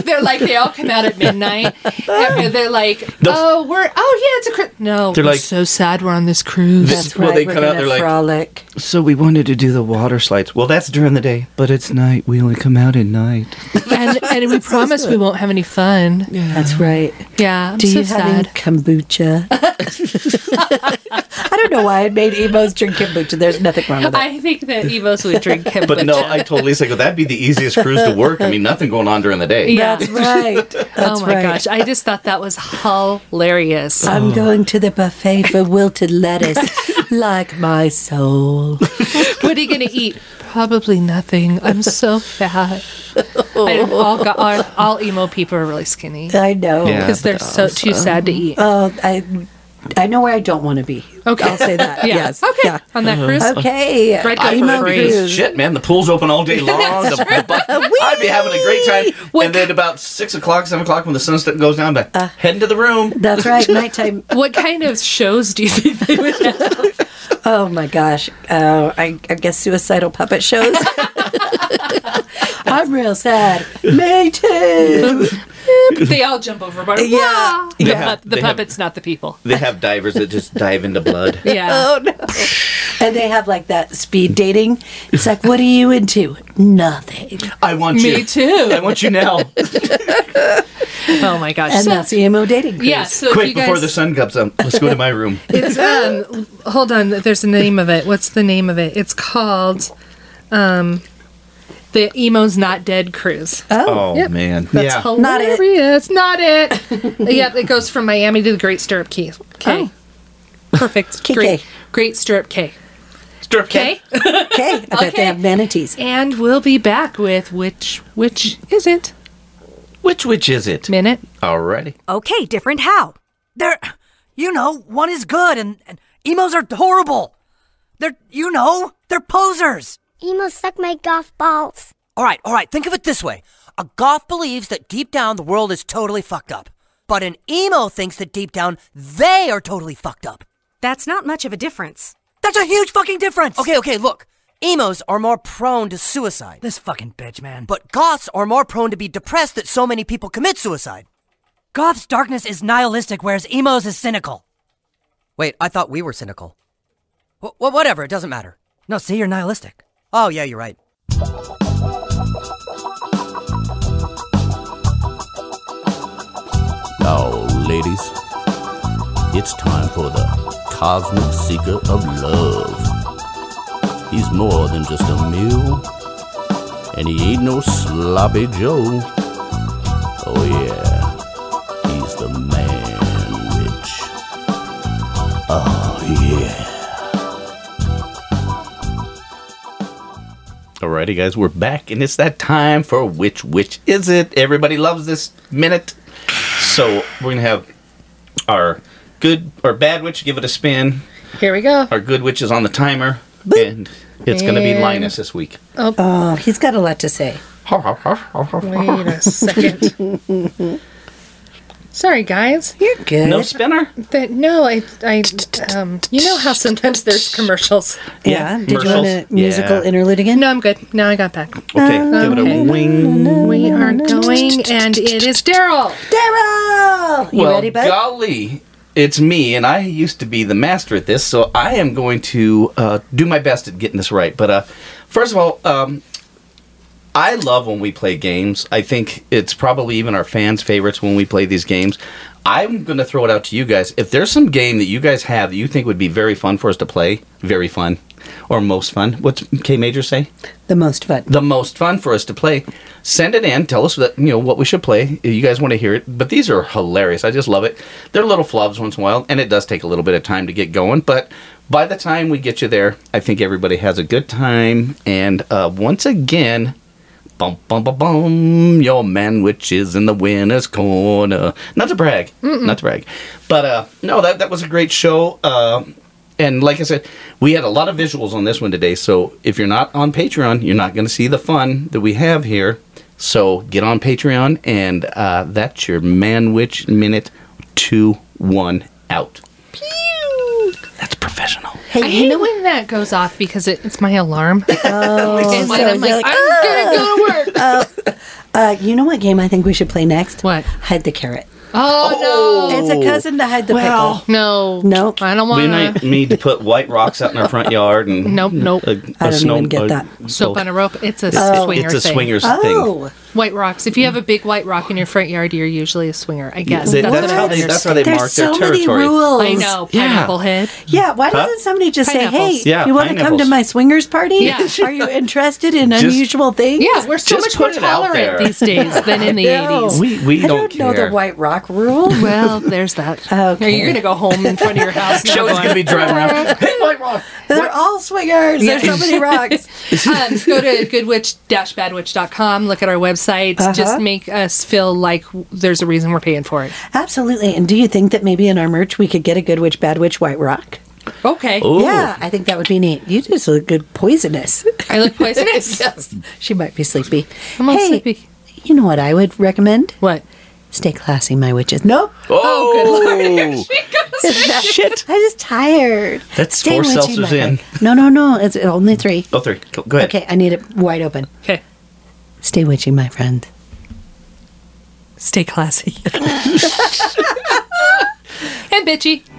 Speaker 3: they're like they all come out at midnight. And they're like, oh, we're oh yeah, it's a cru-. no.
Speaker 5: They're
Speaker 3: we're
Speaker 5: like-
Speaker 3: so sad. We're on this cruise.
Speaker 4: That's
Speaker 5: Well,
Speaker 4: right.
Speaker 5: they
Speaker 4: We're
Speaker 5: cut out,
Speaker 4: gonna
Speaker 5: they're like-
Speaker 4: frolic.
Speaker 5: so we wanted to do the water slides. Well, that's during the day, but it's night. We only come out at night.
Speaker 3: and, and we promise we won't have any fun. Yeah,
Speaker 4: That's
Speaker 5: "Mm-hmm."
Speaker 4: right.
Speaker 3: I'm
Speaker 4: Do
Speaker 3: so
Speaker 4: you have any
Speaker 3: sad.
Speaker 4: kombucha? I don't know why I made emos drink kombucha. There's nothing wrong with that.
Speaker 3: I think that Evos would drink kombucha.
Speaker 5: But no, I told Lisa, I go, that'd be the easiest cruise to work. I mean, nothing going on during the day.
Speaker 3: yeah.
Speaker 4: That's right. That's
Speaker 3: oh my
Speaker 4: right.
Speaker 3: gosh, I just thought that was hilarious.
Speaker 5: Oh.
Speaker 4: I'm going to the buffet for wilted lettuce, like my soul.
Speaker 3: what are you gonna eat? Probably nothing. I'm so fat. I,
Speaker 4: Oh.
Speaker 3: all, got, all, all emo people are really skinny
Speaker 4: I know.
Speaker 5: Yeah.
Speaker 3: because they're so too sad to eat.
Speaker 4: Oh, I, I know where I don't want to be.
Speaker 3: Okay.
Speaker 4: I'll say that.
Speaker 3: Yeah.
Speaker 4: Yes.
Speaker 3: Okay.
Speaker 4: Yeah. Uh-huh.
Speaker 3: On that cruise.
Speaker 4: Okay.
Speaker 3: Right, go
Speaker 5: I
Speaker 3: for
Speaker 5: remember
Speaker 3: free.
Speaker 5: because shit, man. The pool's open all day long. the, the bu- I'd be having a great time.
Speaker 3: What-
Speaker 5: And then about six o'clock, seven o'clock, when the sun st- goes down, I'm like,
Speaker 3: Uh.
Speaker 5: heading to the room.
Speaker 4: That's right. Nighttime.
Speaker 3: What kind of shows do you think they would have?
Speaker 4: Oh my gosh. Oh, I, I guess suicidal puppet shows. I'm real sad. Me too.
Speaker 3: they all jump overboard.
Speaker 4: Yeah.
Speaker 3: Wah! The,
Speaker 5: They
Speaker 3: pu-
Speaker 5: have-
Speaker 3: the
Speaker 5: they have-
Speaker 3: puppets, not the people.
Speaker 5: They have divers that just dive into blood.
Speaker 3: Yeah.
Speaker 4: Oh no. And they have like that speed dating. It's like, what are you into? Nothing.
Speaker 5: I want you.
Speaker 3: Me too.
Speaker 5: I want you now.
Speaker 3: Oh my gosh.
Speaker 4: And
Speaker 3: So,
Speaker 4: that's emo dating. Cruise.
Speaker 3: yeah. So if
Speaker 5: Quick
Speaker 3: you guys,
Speaker 5: before the sun comes up. Let's go to my room.
Speaker 3: it's um. Hold on. There's a name of it. What's the name of it? It's called um. The Emo's Not Dead cruise.
Speaker 5: Oh,
Speaker 3: Yep.
Speaker 5: man.
Speaker 3: That's
Speaker 5: yeah.
Speaker 4: Not it.
Speaker 3: hilarious. Not it. yep, it goes from Miami to the Great Stirrup Key. Okay. Oh. Perfect.
Speaker 4: Key
Speaker 3: Great,
Speaker 4: Key.
Speaker 3: Great Stirrup Key.
Speaker 5: Stirrup
Speaker 3: Okay.
Speaker 4: Okay, I bet
Speaker 3: Okay.
Speaker 4: they have manatees.
Speaker 3: and we'll be back with which which is it?
Speaker 5: Which which is it?
Speaker 3: Minute.
Speaker 5: Alrighty.
Speaker 11: Okay, different how? They're, you know, one is good and, and emos are horrible. They're, you know, they're posers.
Speaker 7: Emo suck my golf balls.
Speaker 11: All right, all right, think of it this way a goth believes that deep down the world is totally fucked up, but an emo thinks that deep down they are totally fucked up.
Speaker 12: That's not much of a difference.
Speaker 11: That's a huge fucking difference. Okay, okay, look. Emos are more prone to suicide. This fucking bitch, man. But goths are more prone to be depressed that so many people commit suicide. Goth's darkness is nihilistic, whereas emos is cynical. Wait, I thought we were cynical. Wh- wh- whatever, it doesn't matter. No, see, you're nihilistic. Oh, yeah, you're right.
Speaker 13: Now, ladies, it's time for the Cosmic Seeker of Love. He's more than just a mule, and he ain't no sloppy Joe. Oh, yeah, he's the man rich. Oh, yeah.
Speaker 5: Alrighty, guys, we're back, and it's that time for which which is it? Everybody loves this minute, so we're gonna have our good or bad witch give it a spin.
Speaker 3: Here we go.
Speaker 5: Our good witch is on the timer, and it's gonna be
Speaker 3: And-
Speaker 5: Linus this week.
Speaker 4: Oh. he's got a lot to say.
Speaker 3: Wait a second. Sorry, guys.
Speaker 4: You're good.
Speaker 5: No spinner.
Speaker 3: That no, I, I, um, you know how sometimes there's commercials.
Speaker 5: Yeah,
Speaker 4: Did you want a
Speaker 5: commercials.
Speaker 4: musical
Speaker 5: Yeah.
Speaker 4: interlude again?
Speaker 3: No, I'm good. Now I got that.
Speaker 5: Okay, give it a wing.
Speaker 3: We are going, and it is Daryl.
Speaker 4: Daryl! You
Speaker 5: well,
Speaker 4: ready, bud?
Speaker 5: golly, it's me, and I used to be the master at this, so I am going to uh, do my best at getting this right. But uh, first of all, um, I love when we play games. I think it's probably even our fans' favorites when we play these games. I'm going to throw it out to you guys. If there's some game that you guys have that you think would be very fun for us to play, very fun, or most fun, what's K Major say?
Speaker 4: The most fun.
Speaker 5: the most fun for us to play. Send it in. Tell us that you know what we should play. You guys want to hear it, but these are hilarious. I just love it. They're little flubs once in a while, and it does take a little bit of time to get going. But by the time we get you there, I think everybody has a good time. And uh, once again, bum bum bum bum, your man which is in the winner's corner. Not to brag, not to brag, but uh, no, that that was a great show. Uh, and like I said, we had a lot of visuals on this one today. So if you're not on Patreon, you're not going to see the fun that we have here. So get on Patreon, and uh, that's your Manwich Minute 2 1 out. That's professional.
Speaker 4: Hey,
Speaker 3: I
Speaker 4: you
Speaker 3: hate
Speaker 4: know
Speaker 3: when that goes off because it, it's my alarm.
Speaker 4: Oh,
Speaker 3: and then I'm
Speaker 4: you're
Speaker 3: like, I'm gonna go to work.
Speaker 4: Uh, you know what game I think we should play next?
Speaker 3: What?
Speaker 4: Hide the carrot.
Speaker 3: "Ah." Oh,
Speaker 4: It's a cousin to hide the
Speaker 5: Well,
Speaker 3: no, no,
Speaker 4: No.
Speaker 3: I don't
Speaker 5: We
Speaker 3: want
Speaker 5: might
Speaker 3: to
Speaker 5: need to put white rocks out in our front yard and
Speaker 3: Nope, nope.
Speaker 5: I
Speaker 4: I don't even get that.
Speaker 3: soap on a rope. It's a swinger
Speaker 5: Oh. It's a
Speaker 3: thing.
Speaker 5: swingers
Speaker 4: pickle.
Speaker 5: thing.
Speaker 4: Oh,
Speaker 3: White rocks. If you have a big white rock in your front yard, you're usually a swinger. I guess
Speaker 5: They-
Speaker 3: that's,
Speaker 5: that's,
Speaker 3: what
Speaker 5: how
Speaker 3: I
Speaker 5: they, that's how
Speaker 3: understand.
Speaker 5: they
Speaker 4: there's
Speaker 5: mark their
Speaker 4: so
Speaker 5: territory.
Speaker 4: many rules.
Speaker 3: I know.
Speaker 5: Yeah.
Speaker 3: Pineapple head.
Speaker 4: Yeah, why
Speaker 5: Huh?
Speaker 4: doesn't somebody just say, "Hey,
Speaker 3: Pineapples.
Speaker 5: Yeah,
Speaker 4: you want to come to
Speaker 5: pineapples.
Speaker 4: my swingers party?
Speaker 3: Yeah.
Speaker 4: Are you interested in
Speaker 5: Just-
Speaker 4: unusual things?"
Speaker 3: Yeah, we're so
Speaker 5: Just
Speaker 3: much more
Speaker 5: put it out
Speaker 3: tolerant
Speaker 5: there.
Speaker 3: these days than in the
Speaker 4: know.
Speaker 3: 80s.
Speaker 5: We, we
Speaker 4: I
Speaker 5: don't,
Speaker 4: don't, know
Speaker 5: care.
Speaker 4: the White Rock rule.
Speaker 3: Well, there's that.
Speaker 4: Okay.
Speaker 3: Now you're going to go home in front of your house. now
Speaker 5: Shelly's
Speaker 3: going,
Speaker 5: going to be driving around. hey, white rock.
Speaker 4: They're all swingers. There's so many rocks.
Speaker 3: um, go to goodwitch-badwitch.com. Look at our website. Just make us feel like w- there's a reason we're paying for it.
Speaker 4: Absolutely. And do you think that maybe in our merch we could get a good witch, bad witch, White Rock?
Speaker 3: Okay.
Speaker 5: Ooh.
Speaker 4: Yeah, I think that would be neat. You just look good poisonous.
Speaker 3: I look poisonous.
Speaker 4: She might be sleepy.
Speaker 3: I'm all
Speaker 4: hey,
Speaker 3: sleepy.
Speaker 4: You know what I would recommend?
Speaker 3: What?
Speaker 4: Stay classy, my witches. Nope.
Speaker 5: Oh, good lord.
Speaker 4: Shit. I'm just tired.
Speaker 5: That's
Speaker 4: Stay
Speaker 5: four
Speaker 4: witchy,
Speaker 5: seltzers
Speaker 4: my
Speaker 5: in.
Speaker 4: witch. No, no, no. It's only three.
Speaker 5: Oh, three. Go, go ahead.
Speaker 4: Okay, I need it wide open.
Speaker 3: Okay.
Speaker 4: Stay witchy, my friend.
Speaker 3: Stay classy. and bitchy.